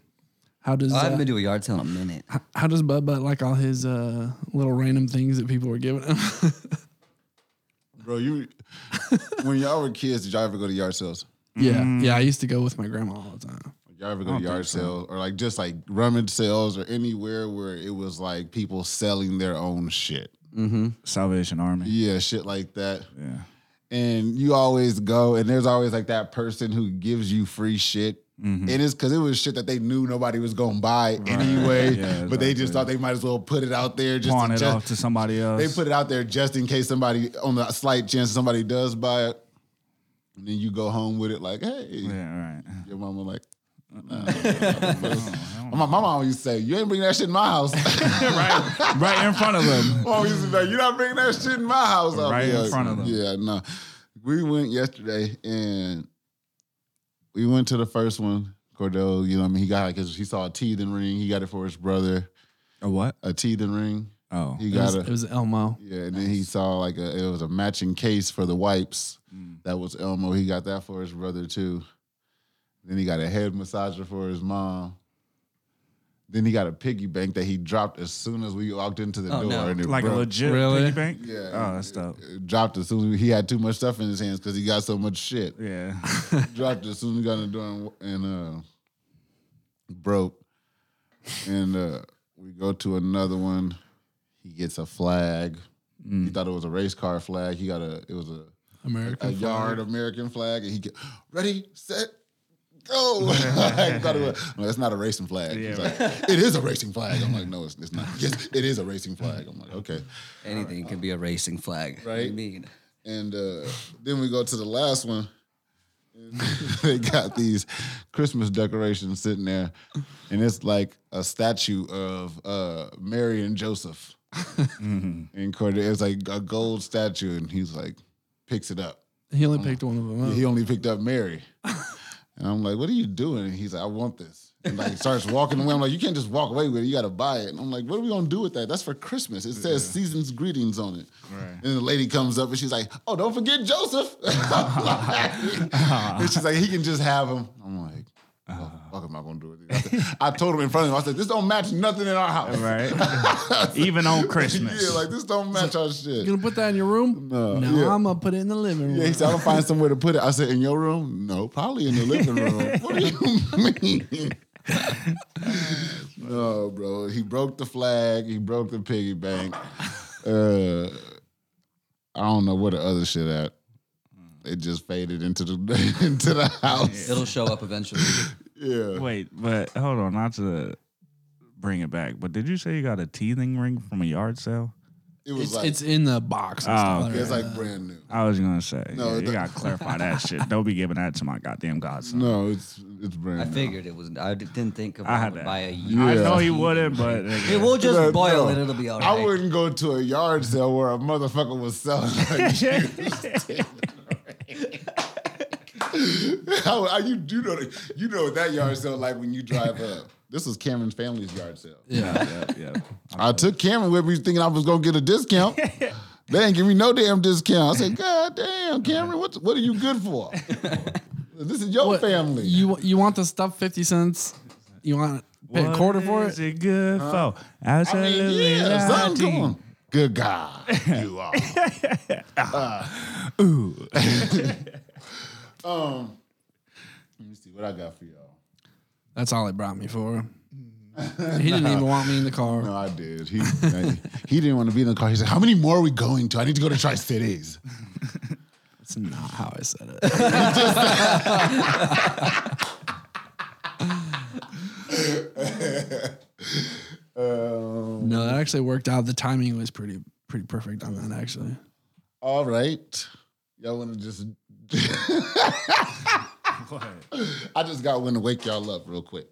S4: How does
S3: I haven't
S4: uh,
S3: been to a yard sale in a minute.
S4: how does Bud Butt like all his uh, little random things that people were giving him? [LAUGHS]
S1: bro. You when y'all were kids, did y'all ever go to yard sales?
S4: yeah,
S1: Mm.
S4: yeah. I used to go with my grandma all the time.
S1: Y'all ever go to yard sales or like just like rummage sales or anywhere where it was like people selling their own shit?
S2: Salvation Army.
S1: Yeah, shit like that.
S2: Yeah.
S1: and you always go and there's always like that person who gives you free shit
S2: Mm-hmm.
S1: and it's because it was shit that they knew nobody was gonna buy anyway
S2: Yeah,
S1: but they just thought they might as well put it out there just,
S2: Pawn
S1: to
S2: it
S1: just-
S2: off to somebody else.
S1: they put it out there just in case somebody on the slight chance somebody does buy it and then you go home with it like hey [LAUGHS]
S2: Yeah. Right. Uh,
S1: your mama like
S2: [LAUGHS]
S1: nah. Oh, my, my mom used to say you ain't bringing that shit in my house [LAUGHS]
S2: right. Right in front of them.
S1: Mom used to be like, "You're not bringing that shit in my house." I'll
S2: Right
S1: be
S2: in
S1: like,
S2: front of them.
S1: Yeah, no. We went yesterday, and we went to the first one. Cordell, you know, what I mean, he got like his, he saw a teething ring. He got it for his brother,
S2: A what?
S1: a teething ring.
S2: Oh.
S1: He
S4: It was,
S1: got
S4: it
S1: a
S4: was Elmo.
S1: yeah, and then he saw like a it was a matching case for the wipes.
S2: Mm.
S1: That was Elmo. He got that for his brother too. Then he got a head massager for his mom. Then he got a piggy bank that he dropped as soon as we walked into the
S3: Oh,
S1: door.
S3: no.
S1: And it
S2: Like a
S1: broke.
S2: legit
S4: Really?
S2: piggy bank?
S1: Yeah.
S2: Oh, that's dope.
S1: dropped as soon as he had too much stuff in his hands because he got so much shit.
S2: Yeah.
S1: [LAUGHS] dropped as soon as he got in the door and, and uh, broke. And uh, we go to another one. He gets a flag. He thought it was a race car flag. He got a it was a,
S4: American.
S1: a yard American flag. And he get ready, set, go. [LAUGHS] I thought it was, no, that's not a racing flag. She's like, it is a racing flag. I'm like, no, it's, it's not. Yes, it is a racing flag. I'm like, okay.
S3: Anything can be a racing flag. What do you
S1: Right.
S3: mean?
S1: And uh, then we go to the last one. [LAUGHS] they got these Christmas decorations sitting there, and it's like a statue of uh, Mary and Joseph. And Cordelia, it's like a gold statue, and he's like, picks it up.
S4: He only picked one of them up.
S1: He only picked up Mary. And I'm like, what are you doing? And he's like, I want this. And like starts walking away. I'm like, you can't just walk away with it. You gotta buy it. And I'm like, what are we gonna do with that? That's for Christmas. It says season's greetings on it. And the lady comes up and she's like, Oh, don't forget Joseph. [LAUGHS] and she's like, he can just have him. I'm like, what the fuck am I gonna do with it? I, said- I told him in front of him, I said, this don't match nothing in our house.
S2: Right. Even on Christmas.
S1: [LAUGHS] Yeah, like this don't match our shit.
S4: You gonna put that in your room? No. No,
S1: yeah.
S4: I'm gonna put it in the living room.
S1: Yeah, he said, I'm gonna find somewhere to put it. I said, in your room? No, probably in the living room. what do you mean? [LAUGHS] no, bro. He broke the flag. He broke the piggy bank. Uh, I don't know where the other shit at. It just faded into the [LAUGHS] into the house.
S3: It'll show up [LAUGHS] eventually.
S1: Yeah.
S2: Wait, but hold on, not to bring it back. But did you say you got a teething ring from a yard sale?
S1: It was
S4: It's,
S1: like
S4: it's in the box. and
S2: Oh,
S4: stuff
S2: okay.
S1: it's like brand new.
S2: I was gonna say.
S1: No,
S2: yeah, you
S1: the-
S2: gotta clarify
S1: [LAUGHS]
S2: that shit. Don't be giving that to my goddamn godson.
S1: No, it's it's brand
S3: I
S1: new.
S3: figured it was. I didn't think
S2: I had
S3: about it
S2: that.
S3: by a
S1: Yeah.
S3: year.
S2: I know he wouldn't, but
S3: It will just
S1: No,
S3: boil
S1: no.
S3: and it'll be all right.
S1: I wouldn't go to a yard sale where a motherfucker was selling. Like,
S4: [LAUGHS]
S1: [LAUGHS] how, how you do know that- you know what that yard sale like when you drive up. This was Cameron's family's yard sale.
S4: Yeah.
S2: yeah.
S1: [LAUGHS] I took Cameron with me thinking I was gonna get a
S4: [LAUGHS]
S1: discount. they ain't give me no damn discount. I said, God damn, Cameron, what what are you good for? [LAUGHS] this is your
S4: What,
S1: family.
S4: You you want the stuff fifty cents? You want to pay a quarter for
S2: Is
S4: it?
S2: it good for?
S1: I mean,
S2: Absolutely.
S1: yeah, son, come
S2: nothing.
S1: on. Good God, you [LAUGHS] are. Uh, [LAUGHS] um, Ooh. um, let me see what I got for y'all.
S4: That's all he brought
S1: [LAUGHS]
S4: me for. He didn't even want me in the car.
S1: No, I did. He he didn't want to be in the car. He said, "How many more are we going to? I need to go to Tri Cities."
S4: That's not how I said it. no, that actually worked out. The timing was pretty pretty perfect on that actually.
S1: All right, y'all want to just. [LAUGHS] I just got one to wake y'all up real quick.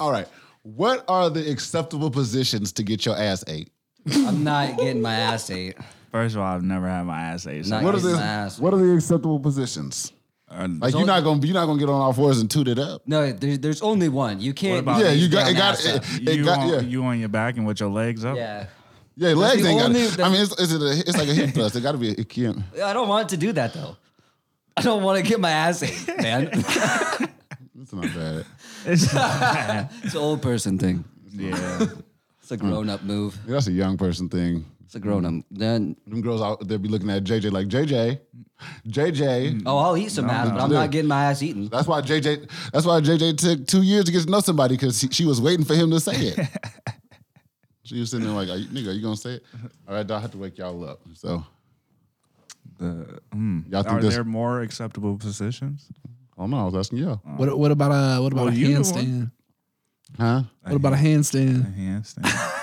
S1: All right, what are the acceptable positions to get your ass ate?
S3: I'm not getting my ass ate.
S2: First of all, I've never had my ass ate. So
S3: Not
S1: What are
S3: getting
S1: the
S3: my ass.
S1: What are the acceptable positions? Like you're not gonna be- you're not gonna get on all fours and toot it up.
S3: No, there's, there's only one. You can't.
S2: about-
S1: Yeah, you
S3: get
S1: got
S3: my
S1: it. Got
S3: ass
S1: it.
S3: up.
S1: it
S2: you,
S1: got
S2: on,
S1: yeah.
S2: you on your back and with your legs up.
S3: Yeah.
S1: yeah, your legs
S3: the
S1: ain't got
S3: only-
S1: it. I
S3: that's-
S1: mean, it's, it's, a, it's like a hip thrust. It got to be. It can't.
S3: I don't want to do that though. I don't want to get my ass ate,
S1: [LAUGHS]
S3: man.
S1: It's not bad.
S2: [LAUGHS]
S1: [LAUGHS]
S2: It's-
S3: it's an old person thing.
S2: yeah.
S3: It's a grown up move.
S1: That's a young person thing.
S3: It's a grown up. Then
S1: Them girls out there be looking at JJ like JJ, JJ.
S3: oh, I'll eat some ass, but I'm
S1: no.
S3: not getting my ass eaten.
S1: That's why JJ. That's why JJ took two years to get to know somebody because she, she was waiting for him to say
S2: [LAUGHS]
S1: it. she was sitting there like, are you, "Nigga, are you gonna say it?" All right, I have to wake y'all up. So
S2: The- mm.
S1: y'all think
S2: Are
S1: this?
S2: there more acceptable positions?
S1: Oh no, I was asking y'all.
S4: What what about a what about
S2: Well,
S4: a
S2: you the one.
S4: handstand?
S1: Huh?
S4: What about a handstand?
S2: Handstand.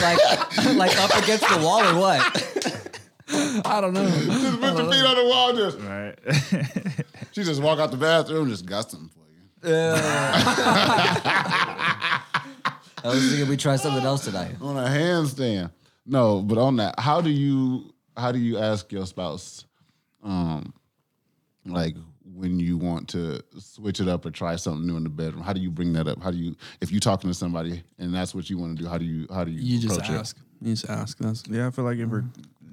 S3: Like, [LAUGHS] like up against the wall or what?
S4: I don't know.
S1: Just put your feet on the wall. Just
S2: [LAUGHS]
S5: [LAUGHS]
S2: right.
S1: she just walk out the bathroom. Just got something for you.
S3: I was thinking we try something else tonight.
S1: on a handstand. No, but on that, how do you how do you ask your spouse, um, like when you want to switch it up or try something new in the bedroom? How do you bring that up? How do you if you're talking to somebody and that's what you want to do? How do you how do you,
S4: You just
S1: approach
S4: ask. You just ask. That's
S2: yeah, I feel like if we're,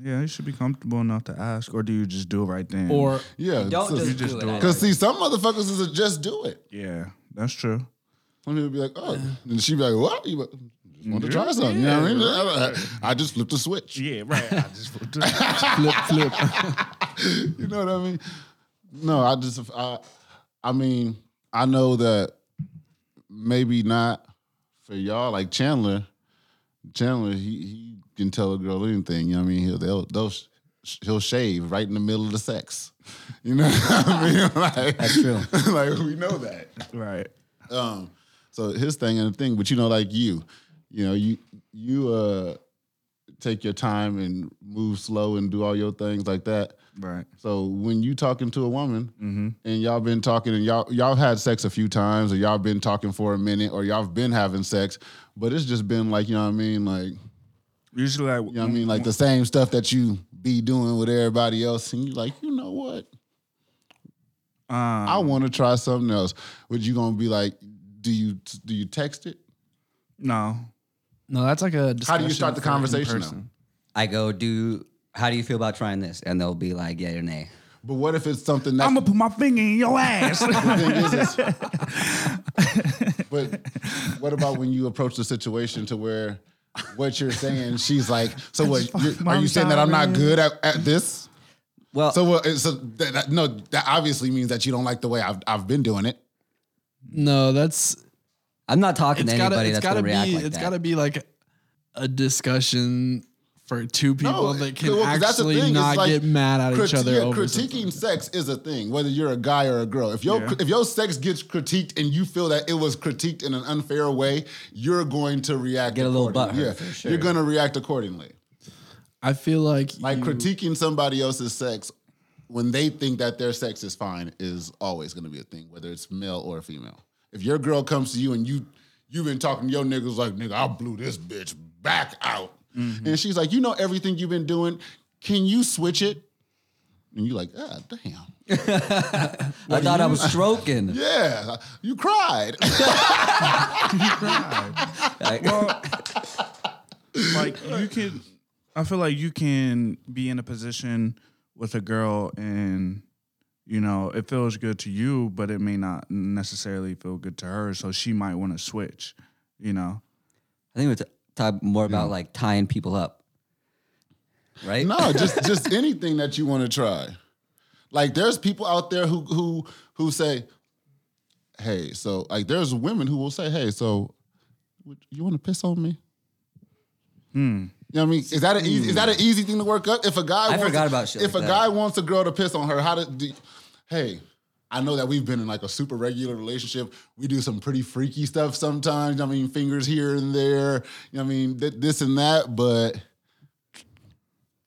S2: yeah, you should be comfortable enough to ask, or do you just do it right then?
S4: or
S1: it? Yeah,
S3: Don't just,
S2: just
S3: do
S2: do
S3: it.
S1: because see some motherfuckers is a just do it.
S2: yeah, that's true.
S1: Some people be like, oh, and she be like, what? You be- just want to try something? You know what I mean? I just flipped a switch.
S2: Yeah, right. I just
S4: flip flip. [LAUGHS]
S1: You know what I mean? No, I just I I mean, I know that maybe not for y'all like Chandler. Chandler, he he can tell a girl anything. You know what I mean? He'll they'll, they'll sh- he'll shave right in the middle of the sex. You know what I mean? [LAUGHS] Like, That's
S3: true.
S1: like we know that.
S5: [LAUGHS] Right.
S1: Um, so his thing and the thing, but you know, like you, you know, you you uh take your time and move slow and do all your things like that.
S5: Right.
S1: So when you talking to a woman and y'all been talking and y'all y'all had sex a few times or y'all been talking for a minute or y'all been having sex, but it's just been like, you know what I mean, like
S5: Usually, like,
S1: you know what I mean? Like the same stuff that you be doing with everybody else, and you like, you know what? I want to try something else. Would you gonna be like, do you do you text it?
S5: no.
S4: No, that's like a.
S1: How do you start
S4: discussion
S1: the
S4: for in
S1: conversation, though?
S4: person.
S3: I go, do how do you feel about trying this? And they'll be like, yeah or nay.
S1: But what if it's something
S5: I'm
S1: that?
S5: gonna put my finger in your ass. [LAUGHS]
S1: the thing is, is- [LAUGHS] but what about when you approach the situation to where what you're saying, she's like, so what? You're, are you
S5: Mom,
S1: saying that I'm not
S5: sorry.
S1: good at, at this?
S3: Well,
S1: So what? So that, that, no, that obviously means that you don't like the way I've I've been doing it.
S4: No, that's
S3: I'm not talking
S4: it's
S3: to
S4: gotta
S3: anybody
S4: it's
S3: that's gonna
S4: gotta be
S3: react like
S4: it's
S3: that.
S4: gotta be like a discussion for two people that can
S1: well, 'cause that's the
S4: actually
S1: thing, it's
S4: not
S1: like
S4: get mad at each
S1: criti-
S4: other
S1: yeah,
S4: over something.
S1: critiquing sex is a thing, whether you're a guy or a girl. If your if your sex gets critiqued and you feel that it was critiqued in an unfair way, you're going to react.
S3: Get a little
S1: accordingly.
S3: butthurt,
S1: Yeah,
S3: for sure.
S1: you're going to react accordingly.
S4: I feel like
S1: Like
S4: you-
S1: critiquing somebody else's sex when they think that their sex is fine is always going to be a thing, whether it's male or female. If your girl comes to you and you you've been talking to your niggas like nigga, I blew this bitch back out, and she's like, you know everything you've been doing. Can you switch it? And you're like, ah, damn.
S3: I thought I was stroking.
S1: [LAUGHS] Yeah, you cried. [LAUGHS]
S5: like
S3: Like,
S5: you can I feel like you can be in a position with a girl and you know, it feels good to you, but it may not necessarily feel good to her. So she might want to switch, you know.
S3: I think we t- talk more about like tying people up, right?
S1: Hmm. no, just just anything that you want to try. Like there's people out there who who who say, "Hey, so like there's women who will say, "Hey, so would- you want to piss on me?"
S3: Hmm.
S1: You know what I mean? Is that an easy, is that an easy thing to work up? If a guy wants
S3: forgot about shit
S1: if
S3: like
S1: a
S3: that.
S1: guy wants a girl to piss on her, how to do? Hey, I know that we've been in like a super regular relationship. We do some pretty freaky stuff sometimes. I mean, fingers here and there. You know what I mean? Th- this and that, but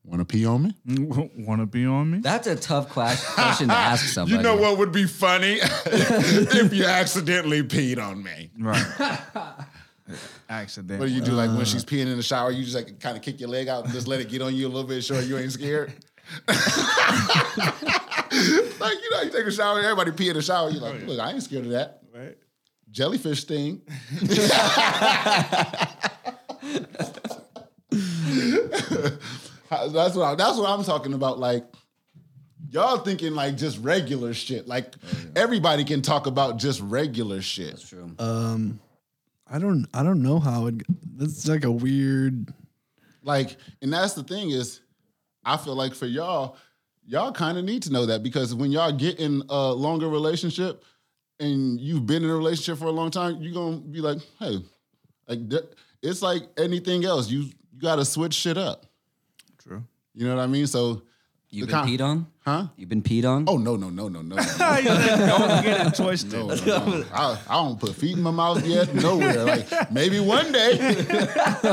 S1: want to pee on me?
S5: [LAUGHS] want to be on me?
S3: That's a tough class question to ask
S1: [LAUGHS]
S3: somebody.
S1: You know what would be funny [LAUGHS] if you accidentally peed on me.
S5: Right.
S1: [LAUGHS]
S5: Accident.
S1: What do you do? Like when she's peeing in the shower, you just like kind of kick your leg out and just let it get on you a little bit, sure you ain't scared. like you know, you take a shower, everybody pee in the shower. You're like, look, I ain't scared of that.
S5: Right.
S1: Jellyfish sting. that's what I, that's what I'm talking about. Like y'all thinking like just regular shit. Like everybody can talk about just regular shit.
S3: True.
S1: Uh,
S4: um, I don't I don't know how it that's like a weird
S1: Like, and that's the thing is, I feel like for y'all, y'all kind of need to know that because when y'all get in a longer relationship and you've been in a relationship for a long time, you're gonna be like, hey, like th- it's like anything else. You you gotta switch shit up.
S5: True.
S1: You know what I mean? So,
S3: You've
S1: the
S3: been
S1: con-
S3: peed on?
S1: huh?
S3: You've been peed on?
S1: Oh no no no no no. no, no,
S5: Don't get it twisted.
S1: no, no. I, I don't put feet in my mouth yet. Nowhere. Like maybe one day.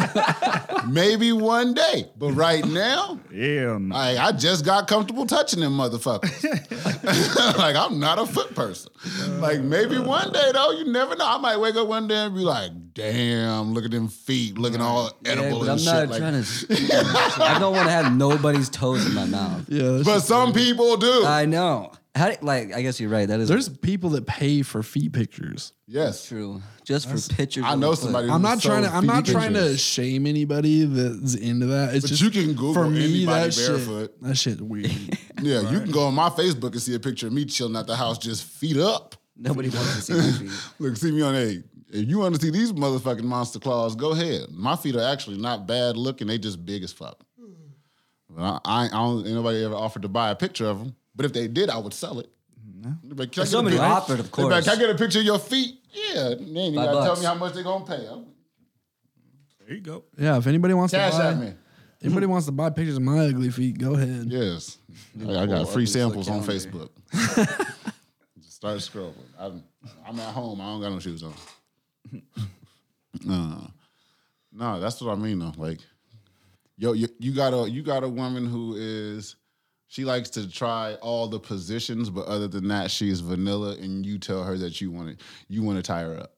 S1: [LAUGHS] maybe one day. But right now,
S5: Yeah. um, no.
S1: Like I just got comfortable touching them motherfuckers. [LAUGHS] like I'm not a foot person. Like maybe one day though, you never know. I might wake up one day and be like, "Damn, look at them feet, looking all
S3: Yeah,
S1: edible
S3: but
S1: and
S3: I'm
S1: shit."
S3: not
S1: Like, [LAUGHS]
S3: trying to. I don't want to have nobody's toes in my mouth.
S4: yeah. There's,
S1: but some people do.
S3: I know. How do, like I guess you're right. That is
S4: there's people that pay for feet pictures.
S1: yes,
S3: true. Just for pictures.
S1: I
S3: of
S1: know
S3: the foot.
S1: somebody.
S4: I'm
S1: who
S4: not trying to
S1: sold
S4: I'm not
S1: feet
S4: trying to
S1: pictures.
S4: shame anybody that's into that. It's
S1: But
S4: just
S1: you can Google
S4: for me,
S1: anybody
S4: that
S1: barefoot.
S4: Shit, that shit weird. [LAUGHS]
S1: Yeah, you can go on my Facebook and see a picture of me chilling at the house, just feet up.
S3: [LAUGHS]
S1: [LAUGHS]
S3: Nobody wants to see my feet.
S1: Look, see me on a. If you want to see these motherfucking monster claws, go ahead. My feet are actually not bad looking; they just big as fuck. But I, I, I don't. Ain't nobody ever offered to buy a picture of them. But if they did, I would sell it. But can I get a
S3: Somebody
S1: picture-
S3: offered, of
S1: They'd be like,
S3: course.
S1: Can I get a picture of your feet? Yeah. Then you
S3: Five
S1: gotta tell
S3: bucks.
S1: me how much they gonna pay. I'm-
S5: There you go.
S4: Yeah, if anybody wants
S1: Cash
S4: to buy,
S1: at me.
S4: Everybody wants to buy pictures of my ugly feet. Go ahead.
S1: Yes. I, I got
S3: Or
S1: free
S3: just look
S1: samples on
S3: down there.
S1: Facebook. Just start scrolling. I'm, I'm at home. I don't got no shoes on. [LAUGHS] no, no, that's what I mean though. Like, yo, you, you got a you got a woman who is she likes to try all the positions, but other than that, she's vanilla. And you tell her that you want to you want to tie her up,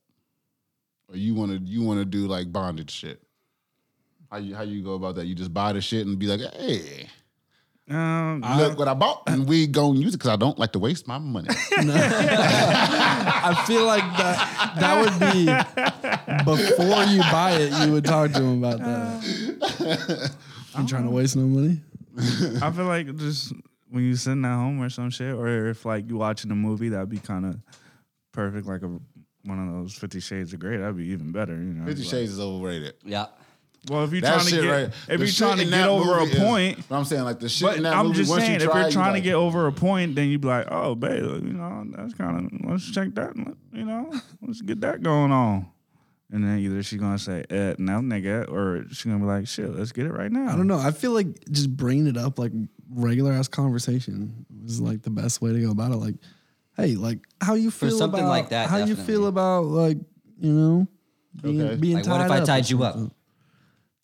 S1: or you want to you want to do like bondage shit. How you how you go about that? You just buy the shit and be like, hey.
S5: Um,
S1: Look what I bought, and we gonna use it because I don't like to waste
S5: [LAUGHS]
S1: my money.
S4: [LAUGHS] I feel like that that would be before you buy it, you would talk to him about that. I'm trying to waste no money.
S5: I feel like just when you sitting at home or some shit, or if like you watching a movie, that'd be kind of perfect. Like a one of those Fifty Shades of Grey, that'd be even better. You know,
S1: Fifty
S5: Like-
S1: Shades is overrated.
S3: Yeah.
S5: Well, if you're
S1: That
S5: trying to
S1: shit
S5: get
S1: right.
S5: if
S1: the
S5: you're
S1: shit
S5: trying to
S1: in
S5: get
S1: that
S5: over a
S1: movie is-
S5: point,
S1: but I'm saying like the shit
S5: but
S1: in that
S5: I'm
S1: movie.
S5: just
S1: once
S5: saying,
S1: you
S5: if
S1: try,
S5: you're trying to
S1: like,
S5: get over a point, then you'd be like, oh, babe, you know, that's kind of let's check that, you know, let's get that going on. And then either she's gonna say, eh, no, nigga, or she's gonna be like, shit, let's get it right now.
S4: I don't know. I feel like just bringing it up like regular ass conversation is like the best way to go about it. Like, hey, like how you feel
S3: something
S4: about
S3: like that,
S4: How you
S3: definitely.
S4: feel about like you know being,
S1: Okay.
S4: being
S3: Like,
S4: tied
S3: what if I
S4: up or
S3: tied you up?
S4: something.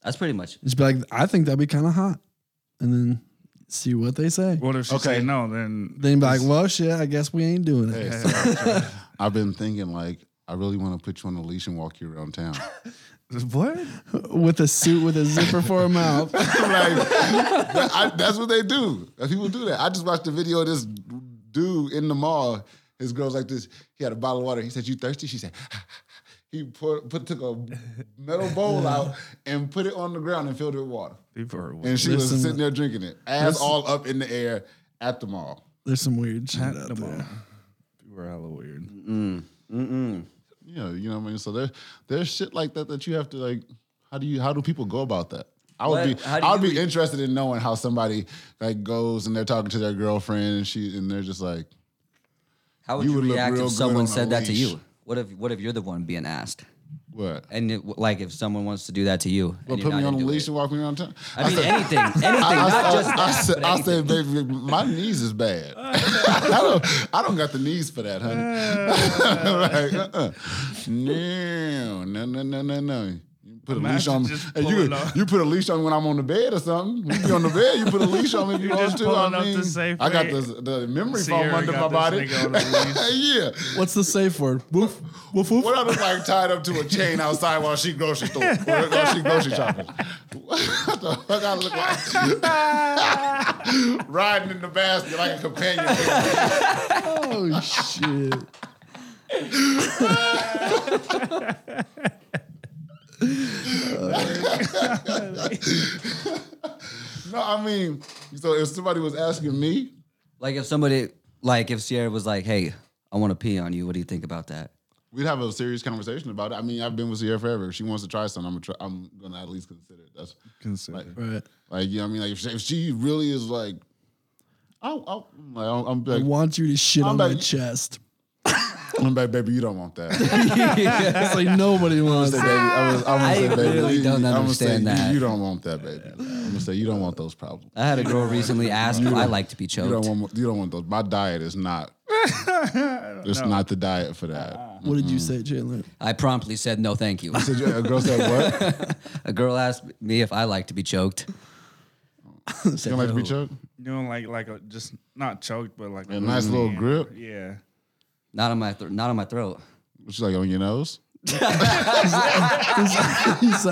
S3: That's pretty much.
S4: Just be like, I think that'd be kind of hot, and then see what they say.
S5: What if she
S1: Okay.
S5: say no? Then
S4: then be like, well, shit, I guess we ain't doing it.
S1: [LAUGHS] I've been thinking like I really want to put you on a leash and walk you around town. [LAUGHS]
S5: what?
S4: With a suit with a zipper for
S1: [LAUGHS]
S4: a mouth.
S1: like, that- I- that's what they do. Like, People do that. I just watched a video of this dude in the mall. His girl's like this. He had a bottle of water. He said, "You thirsty?" She said. [LAUGHS] He put, put took a metal
S5: [LAUGHS]
S1: bowl out and put it on the ground and filled it with water.
S5: People are
S1: And
S5: weird.
S1: she
S4: Listen-
S1: was sitting there drinking it, ass all up in the air at the mall.
S4: There's some weird shit out
S5: Come
S4: there.
S5: on. People are hella weird.
S1: You know, you know what I mean. So there, there's shit like that that you have to like. How do you? How do people go about that? I would
S3: What-
S1: be.
S3: how do
S1: I would
S3: you
S1: be interested in knowing how somebody like goes and they're talking to their girlfriend and she and they're just like,
S3: How would
S1: You
S3: you,
S1: would look
S3: react
S1: real
S3: if
S1: good
S3: someone
S1: on
S3: said
S1: a
S3: that to
S1: leash.
S3: you? What if What if you're the one being asked?
S1: "What?
S3: And it, like, if someone wants to do that to you,
S1: Well,
S3: and you're
S1: put me
S3: not
S1: on a
S3: into
S1: leash
S3: It.
S1: and walk me around town." [LAUGHS]
S3: I mean, anything, anything, not
S1: I,
S3: just
S1: I,
S3: that.
S1: I, said,
S3: but
S1: I
S3: anything.
S1: said, baby, my knees is bad. [LAUGHS] I don't, I don't got the knees for that, honey. [LAUGHS] like, uh-uh. No, no, no, no, no, no. You put a leash
S5: Imagine
S1: on me.
S5: just
S1: Hey, you,
S5: pulling up.
S1: you put a leash on me when I'm on the bed or something. You be on the bed, you put a leash on me if you,
S5: You
S1: want
S5: just
S1: to.
S5: pulling
S1: I,
S5: up to
S1: mean,
S5: Safeway.
S1: I got the, the memory foam
S5: Sierra
S1: under my
S5: got
S1: body.
S5: this nigga
S1: [LAUGHS]
S5: on the leash.
S1: yeah.
S4: What's the safe word? Woof, woof, woof.
S1: What I was like tied up to a chain outside while she grocery store, while she grocery shopping. what the fuck I look like? [LAUGHS] Riding in the basket like a companion.
S4: Oh, shit.
S1: [LAUGHS] No, I mean, so if somebody was asking me,
S3: like, if somebody, like, if Sierra was like, "Hey, I want to pee on you. What do you think about that?"
S1: we'd have a serious conversation about it. I mean, I've been with Sierra forever. If she wants to try something, I'm gonna, try, I'm gonna at least consider it. That's
S5: Consider.
S1: like,
S4: Right.
S1: like you know, what I mean, like if she, if she really is like, I, I, I'm like, I'm, I'm
S4: I
S1: like,
S4: want you to shit
S1: I'm
S4: on
S1: about-
S4: my chest. [LAUGHS]
S1: I'm like, baby, you don't want that.
S4: It's like nobody wants
S1: say,
S4: that.
S1: baby, I was, I'm gonna
S3: [LAUGHS] I
S1: say, baby,
S3: really
S1: you-
S3: don't
S1: I'm gonna say,
S3: understand
S1: you-
S3: that.
S1: You, don't want that, baby. I'm gonna say you don't want those problems.
S3: I had
S1: [LAUGHS]
S3: a girl recently ask if I like to be
S1: You don't
S3: choked.
S1: want. You don't want those. My diet is [LAUGHS] not. it's not the diet for that.
S4: What did you say, Chandler?
S3: I promptly said no, thank
S1: [LAUGHS]
S3: you.
S1: Did you- a girl said
S3: [LAUGHS]
S1: what?
S3: A girl asked me if I like to be choked.
S1: [LAUGHS] You don't like to be choked?
S5: You know, like like a just not choked, but like
S1: A nice little grip.
S5: Yeah.
S3: Not on my thro- not on my throat.
S1: She's like on your nose.
S4: [LAUGHS] He said,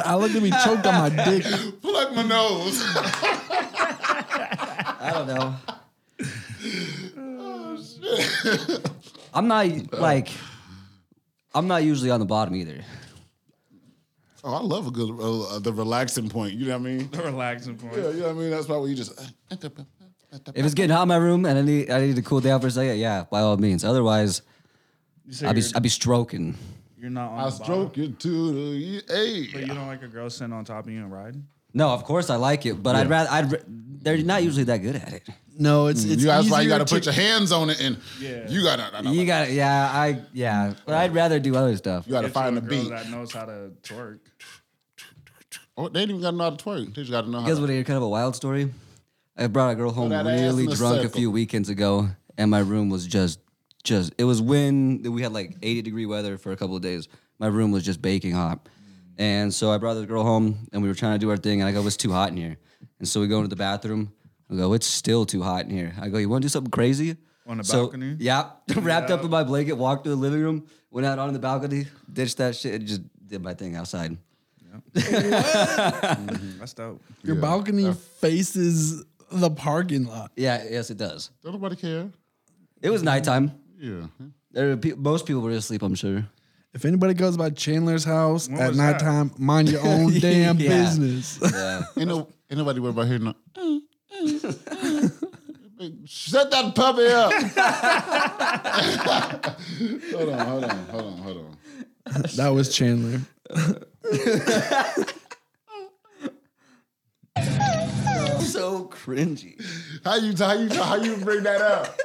S4: I like to be choked on my dick.
S1: Pluck my nose.
S3: I don't
S1: [LAUGHS]
S3: know. I'm not like I'm not usually on the bottom either.
S1: oh, I love a good uh, the relaxing point. You know what I mean?
S5: The relaxing point.
S1: Yeah, you know what I mean. That's probably you just.
S3: If it's getting hot in my room and I need I need to cool down for a second, yeah, by all means. Otherwise,
S5: You say
S3: I'd be
S5: you're,
S3: I'd be stroking.
S5: you're not on
S1: I
S5: the bottom,
S1: stroke you to the
S5: but you
S1: hey.
S5: don't like a girl sitting on top of you and riding.
S3: No, of course I like it, but I'd rather I'd ra- they're not usually that good at it.
S4: No, it's it's
S1: Mm, You, that's why you
S4: easier
S1: got to put
S4: to-
S1: your hands on it and
S5: Yeah.
S1: you got to.
S3: You
S1: You
S3: got yeah, I yeah, but I'd rather do other stuff.
S1: got to
S5: Get you
S1: find
S5: a
S1: the
S5: girl
S1: beat.
S5: that knows how to twerk.
S1: Oh, they didn't even got to know how to twerk. They just got to know how.
S3: guys
S1: To,
S3: want to hear kind of a wild story? I brought a girl home
S1: that ass
S3: really
S1: in a
S3: drunk a
S1: circle.
S3: few weekends ago, and my room was just, just. It was when we had like 80 degree weather for a couple of days. My room was just baking hot, and so I brought this girl home, and we were trying to do our thing, and I go, "It's too hot in here," and so we go into the bathroom. I go, "It's still too hot in here." I go, "You want to do something crazy?"
S5: On the balcony?
S3: Yeah, [LAUGHS] wrapped up in my blanket, walked through the living room, went out on the balcony, ditched that shit, and just did my thing outside.
S2: Mm.
S5: That's dope.
S2: Mm-hmm.
S4: Your balcony faces the parking lot.
S3: Yeah, yes, it does.
S1: don't nobody care.
S3: It was nighttime.
S1: Yeah.
S3: There were pe- most people were asleep, I'm sure.
S4: If anybody goes by Chandler's house at
S5: was that?
S4: nighttime, mind your
S1: [LAUGHS]
S4: own damn
S3: Yeah.
S4: business. [LAUGHS]
S3: Yeah. [LAUGHS]
S1: Ain't, no, ain't nobody worried about hearing no. [LAUGHS] Shut that puppy up. [LAUGHS] hold on, hold on, hold on, hold on.
S4: that was Chandler.
S3: so cringy.
S1: How you how you how you bring that up?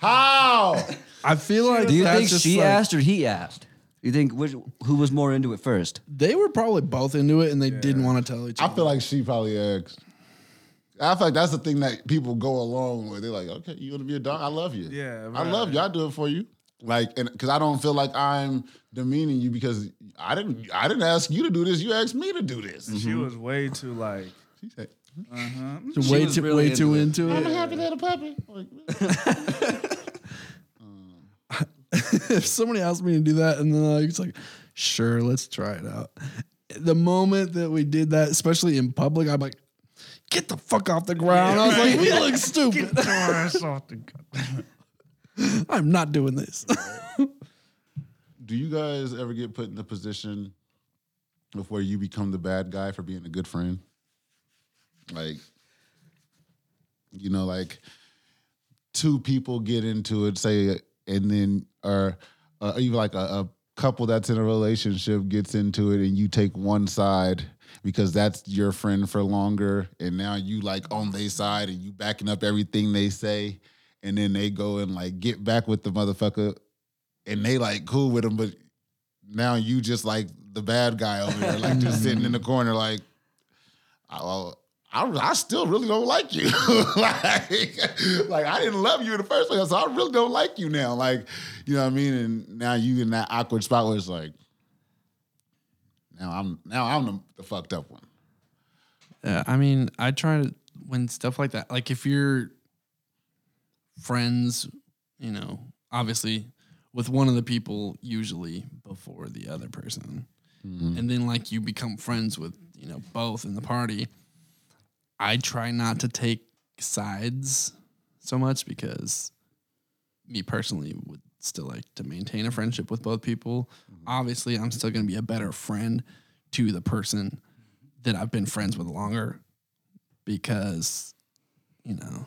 S1: How?
S4: I feel like
S3: Do you
S4: that's
S3: think
S4: just
S3: she
S4: like-
S3: asked or he asked? You think which, who was more into it first?
S4: They were probably both into it, and they didn't want to tell each
S1: I
S4: other.
S1: feel like she probably asked. I feel like that's the thing that people go along with. They're like, okay, you want to be a dog? I love you.
S5: Yeah,
S1: I love
S5: right.
S1: you. I do it for you. Like, and because I don't feel like I'm demeaning you because I didn't, I didn't ask you to do this. You asked me to do this.
S5: She was way too
S2: [LAUGHS]
S5: like.
S1: She said,
S4: She's way
S3: was
S4: too,
S3: really
S4: way too
S3: into
S4: into
S1: "I'm
S4: it.
S1: a happy little puppy." Like,
S4: [LAUGHS] if somebody asked me to do that, and then I was like, "Sure, let's try it out." The moment that we did that, especially in public, I'm like, "Get the fuck off the ground!" I was like, "We [LAUGHS] look stupid.
S2: Your
S5: [LAUGHS]
S2: ass off the-
S4: I'm not doing this."
S1: do you guys ever get put in the position of where you become the bad guy for being a good friend? Like, you know, like two people get into it, say, and then, or uh, even like a, a couple that's in a relationship gets into it, and you take one side because that's your friend for longer, and now you like on their side and you backing up everything they say, and then they go and like get back with the motherfucker, and they like cool with them, but now you just like the bad guy over there, like just sitting in the corner, like, oh. I, I still really don't like you. [LAUGHS] like, like I didn't love you in the first place, so I really don't like you now. Like, you know what I mean? And now you in that awkward spot where it's like, now I'm now I'm the, the fucked up one.
S4: Yeah, Uh, I mean, I try to when stuff like that, like if you're friends, you know, obviously with one of the people usually before the other person. And then like you become friends with, you know, both in the party. I try not to take sides so much because me personally would still like to maintain a friendship with both people.
S1: Mm-hmm.
S4: Obviously, I'm still going to be a better friend to the person that I've been friends with longer because, you know,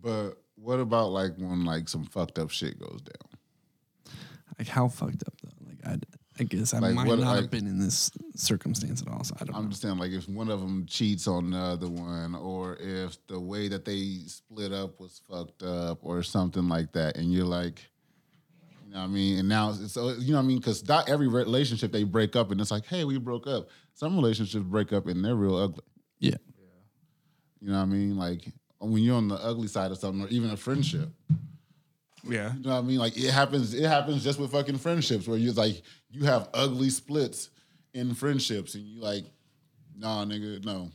S1: But what about like when like some fucked up shit goes down?
S4: like how fucked up though. Like I, I guess I
S1: Like,
S4: might
S1: what-
S4: not
S1: like-
S4: have been in this circumstance at all. So I don't.
S1: I'm
S4: know.
S1: just saying, like if one of them cheats on the other one, or if the way that they split up was fucked up, or something like that, and you're like, you know what I mean? And now, so you know what I mean? Because not every relationship they break up, and it's like, hey, we broke up. Some relationships break up, and they're real ugly.
S4: Yeah,
S1: You know what I mean? Like when you're on the ugly side of something, or even a friendship.
S5: Yeah.
S1: You know what I mean? Like it happens. It happens just with fucking friendships where you like you have ugly splits in friendships, and you like, nah, nigga, no.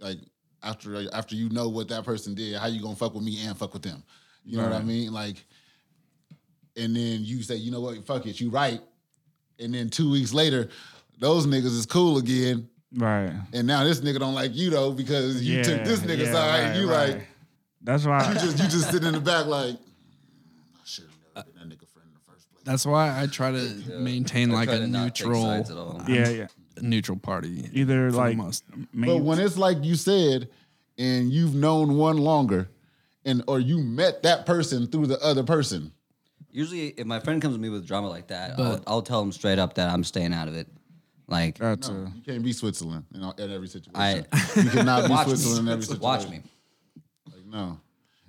S1: Like after after you know what that person did, how you gonna fuck with me and fuck with them? You know what I mean? Like, and then you say, you know what? Fuck it, you right. And then two weeks later, those niggas is cool again.
S2: Right.
S1: And now this nigga don't like you though because you
S2: Yeah,
S1: took this nigga
S2: yeah,
S1: side. and
S2: right,
S1: you
S2: right.
S1: like
S2: That's why.
S1: just you just sitting in the back like. I should have never been that nigga friend in the first place.
S4: that's why I try to maintain
S3: I
S4: like
S3: try
S4: a
S3: to not take
S4: neutral,
S3: sides at all.
S2: yeah, yeah.
S4: a neutral party.
S2: Either
S4: for the
S2: like,
S4: most.
S1: But
S2: main-
S1: when it's like you said, and you've known one longer, and or you met that person through the other person.
S3: Usually, if my friend comes to me with drama like that, I'll, I'll tell him straight up that I'm staying out of it. Like,
S2: that's uh,
S1: You can't be Switzerland in, all- in every situation.
S3: I-
S1: you cannot be
S3: [LAUGHS] watch
S1: Switzerland in
S3: me.
S1: every situation.
S3: Watch me.
S1: Like, no.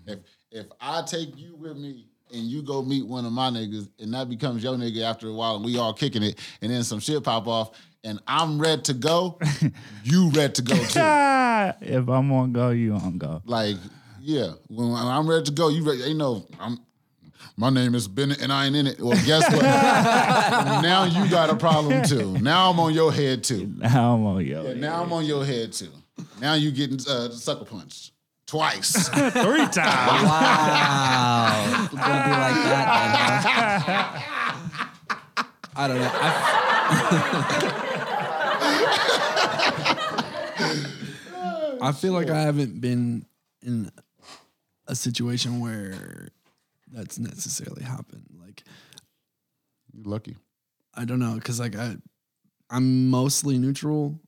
S1: If if I take you with me and you go meet one of my niggas, and that becomes your nigga after a while, and we all kicking it, and then some shit pop off, and I'm red to
S3: [LAUGHS]
S1: go, you red to go too.
S2: if I'm on go, you on go. [LAUGHS]
S1: like, yeah, when I'm ready to go, you ready? Ain't no, I'm. My name is Bennett, and I ain't in it. Well, guess what? now you got a problem too. Now I'm on your head too.
S2: Now I'm on yo.
S1: Yeah, now I'm on your head too. Now you getting uh, sucker punched twice.
S2: Three times.
S3: Wow. It's gonna be like that. Then, huh? I don't know. I,
S4: I feel like I haven't been in a situation where that's necessarily happened. Like
S1: You're [LAUGHS] lucky.
S4: I don't know, cause like I, I'm mostly neutral,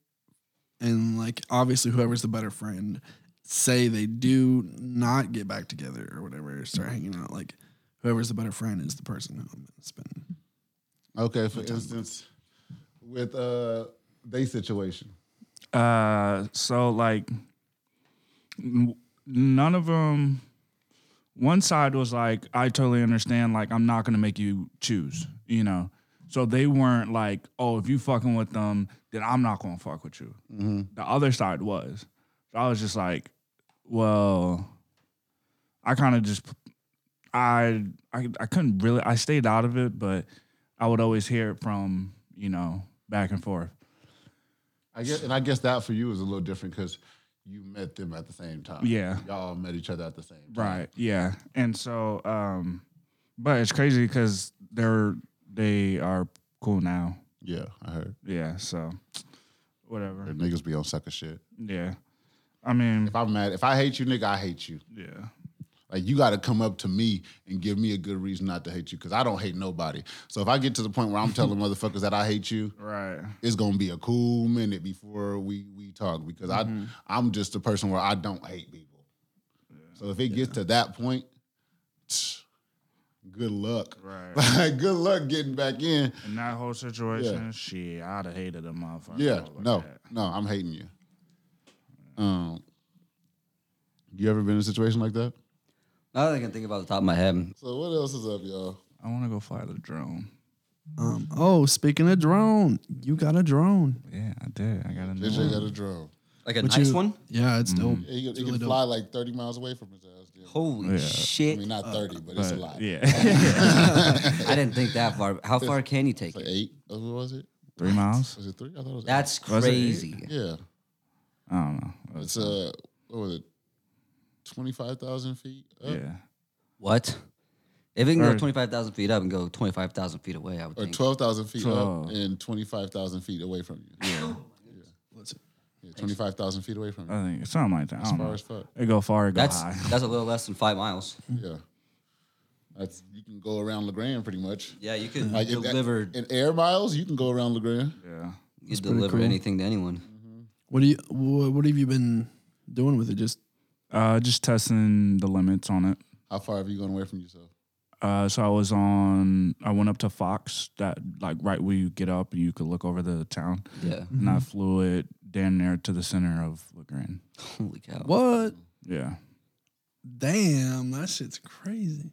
S4: and like obviously whoever's the better friend, say they do not get back together or whatever, start hanging out. Like whoever's the better friend is the person who I'm spending.
S1: Okay, for instance, with uh they situation.
S2: Uh, so like n- none of them one side was like i totally understand like i'm not gonna make you choose you know so they weren't like oh if you fucking with them then i'm not gonna fuck with you the other side was so i was just like well i kind of just I, I i couldn't really i stayed out of it but i would always hear it from you know back and forth
S1: I guess and I guess that for you is a little different because you met them at the same time.
S2: Yeah.
S1: Y'all met each other at the same time.
S2: Right. Yeah. And so, um, but it's crazy because they're they are cool now.
S1: Yeah, I heard.
S2: Yeah. So,
S1: The
S2: whatever.
S1: niggas be on sucker shit.
S2: Yeah. I mean,
S1: If I'm mad, if I hate you, nigga, I hate you.
S2: yeah.
S1: Like you got to come up to me and give me a good reason not to hate you because I don't hate nobody. So if I get to the point where I'm telling motherfuckers that I hate you,
S2: Right.
S1: it's gonna be a cool minute before we we talk because I I'm just a person where I don't hate people. So if it gets to that point, good luck.
S2: Right.
S1: [LAUGHS] Like good luck getting back in.
S2: In that whole situation, shit, I'd have hated a motherfucker.
S1: Yeah,
S2: like
S1: no,
S2: that.
S1: no, I'm hating you. Um, you ever been in a situation like that?
S3: now that I can think about the top of my head,
S1: So what else is up, y'all?
S2: I want to go fly the drone.
S4: Um. Oh, speaking of drone, you got a drone.
S2: Yeah, I did. I got a [LAUGHS] new
S1: JJ
S2: one.
S1: got a drone.
S3: like a
S4: What
S3: nice
S4: you-
S3: one.
S4: Yeah, it's dope.
S1: It, it
S4: really
S1: can
S4: dope.
S1: fly like 30 miles away from his ass. dude.
S3: Holy
S1: I
S3: shit!
S1: mean, not 30, but it's a lot.
S2: Yeah. [LAUGHS]
S3: I didn't think that far.
S4: [LAUGHS]
S3: How far can you take
S1: It's like
S3: it?
S1: eight. What was it?
S2: Three miles.
S1: Was it three? I thought it was eight.
S3: That's
S2: Was it eight?
S3: crazy.
S1: Yeah.
S2: I don't know. It
S1: It's
S2: was-
S1: uh what was it? Twenty five thousand feet. Up?
S2: yeah.
S3: What? If it can go
S2: Or-
S3: twenty five thousand feet up and go twenty five thousand feet away, I would
S1: Or
S3: think.
S1: twelve thousand feet
S2: Twelve.
S1: up and twenty five thousand feet away from you. Yeah.
S4: Listen,
S1: yeah twenty five thousand feet away from you.
S2: I think it's something like that. I
S1: As
S2: don't
S1: far
S2: know.
S1: as fuck.
S2: It go far. It go
S1: [LAUGHS]
S3: That's
S2: high.
S3: [LAUGHS] that's a little less than five miles.
S1: Yeah. That's you can go around Legrand pretty much.
S3: Yeah, you can
S1: Like if-
S3: deliver
S1: in air miles, you can go around Legrand.
S2: Yeah.
S3: you deliver
S4: cool.
S3: anything to anyone.
S4: what do you? What, what have you been doing with it? Just
S2: Uh, just testing the limits on it.
S1: How far have you gone away from yourself?
S2: Uh, so I was on. I went up to Fox. That like right where you get up, you could look over the town.
S3: Yeah.
S1: [LAUGHS]
S2: And I flew it damn near to the center of Lagrange.
S3: Holy cow.
S4: what?
S2: Yeah.
S4: Damn, that shit's crazy.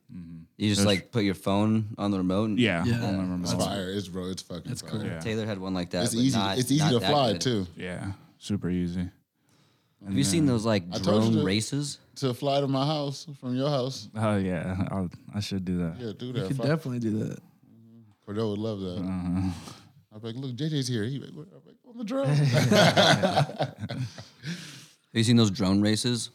S3: You just like put your phone on the remote. And
S2: Yeah.
S4: Yeah.
S2: on the remote.
S1: It's fire. It's bro. It's fucking fire.
S2: Yeah.
S3: Taylor had one like that.
S1: It's
S3: but
S1: easy.
S3: not-
S1: it's easy
S3: not
S1: to
S3: that
S1: fly
S3: good.
S1: too.
S2: Yeah. Super easy.
S3: Have you seen those like
S1: I told you
S3: drone
S1: to-
S3: races?
S1: To fly to my house from your house.
S2: Oh yeah. I'll, I should do that.
S1: Yeah, do
S4: You
S1: that.
S4: could
S1: Fuck.
S4: definitely do that.
S1: Cordell would love that.
S3: Mm-hmm.
S2: Uh,
S1: I'm like, look, JJ's here. He like, "Where?" I'm like, on the
S3: [LAUGHS]
S1: drone.
S3: Have you seen those drone races?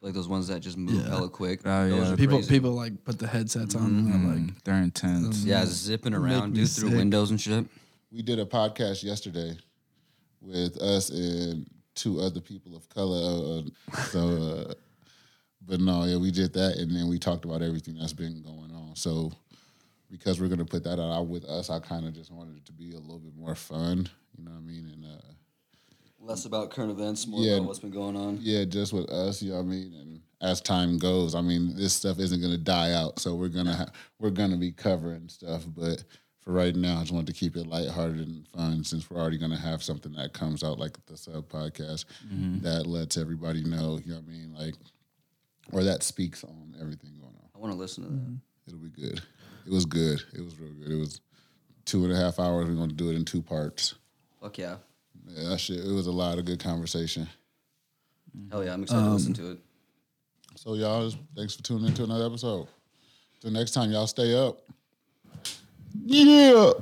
S3: Like those ones that just move
S4: Yeah.
S3: hella quick.
S2: Oh,
S3: Those
S2: yeah.
S3: are
S4: People,
S3: crazy.
S4: people like put the headsets on. and
S2: Mm-hmm.
S4: they're like,
S2: Mm. they're intense.
S3: Yeah, zipping around,
S4: me
S3: dude, through
S4: sick.
S3: windows and shit.
S1: we did a podcast yesterday with us and two other people of color. Uh, so, uh, but no, yeah, we did that, and then we talked about everything that's been going on. So, because we're gonna put that out, I, with us, I kind of just wanted it to be a little bit more fun. You know what I mean? And uh,
S3: Less about current events, more
S1: Yeah.
S3: about what's been going on.
S1: yeah, just with us. You know what I mean? And as time goes, I mean, this stuff isn't gonna die out. So we're gonna ha- we're gonna be covering stuff, but. For right now, I just wanted to keep it lighthearted and fun since we're already gonna have something that comes out like the sub podcast that lets everybody know, you know what I mean, like or that speaks on everything going on.
S3: I want to listen to that.
S1: It'll be good. It was good. It was real good. It was two and a half hours. We're gonna do it in two parts.
S3: Fuck yeah.
S1: Yeah, that shit. It was a lot of good conversation.
S3: Hell yeah. I'm excited to listen to it.
S1: So y'all, just thanks for tuning in to another episode. Till next time, y'all stay up. Yeah.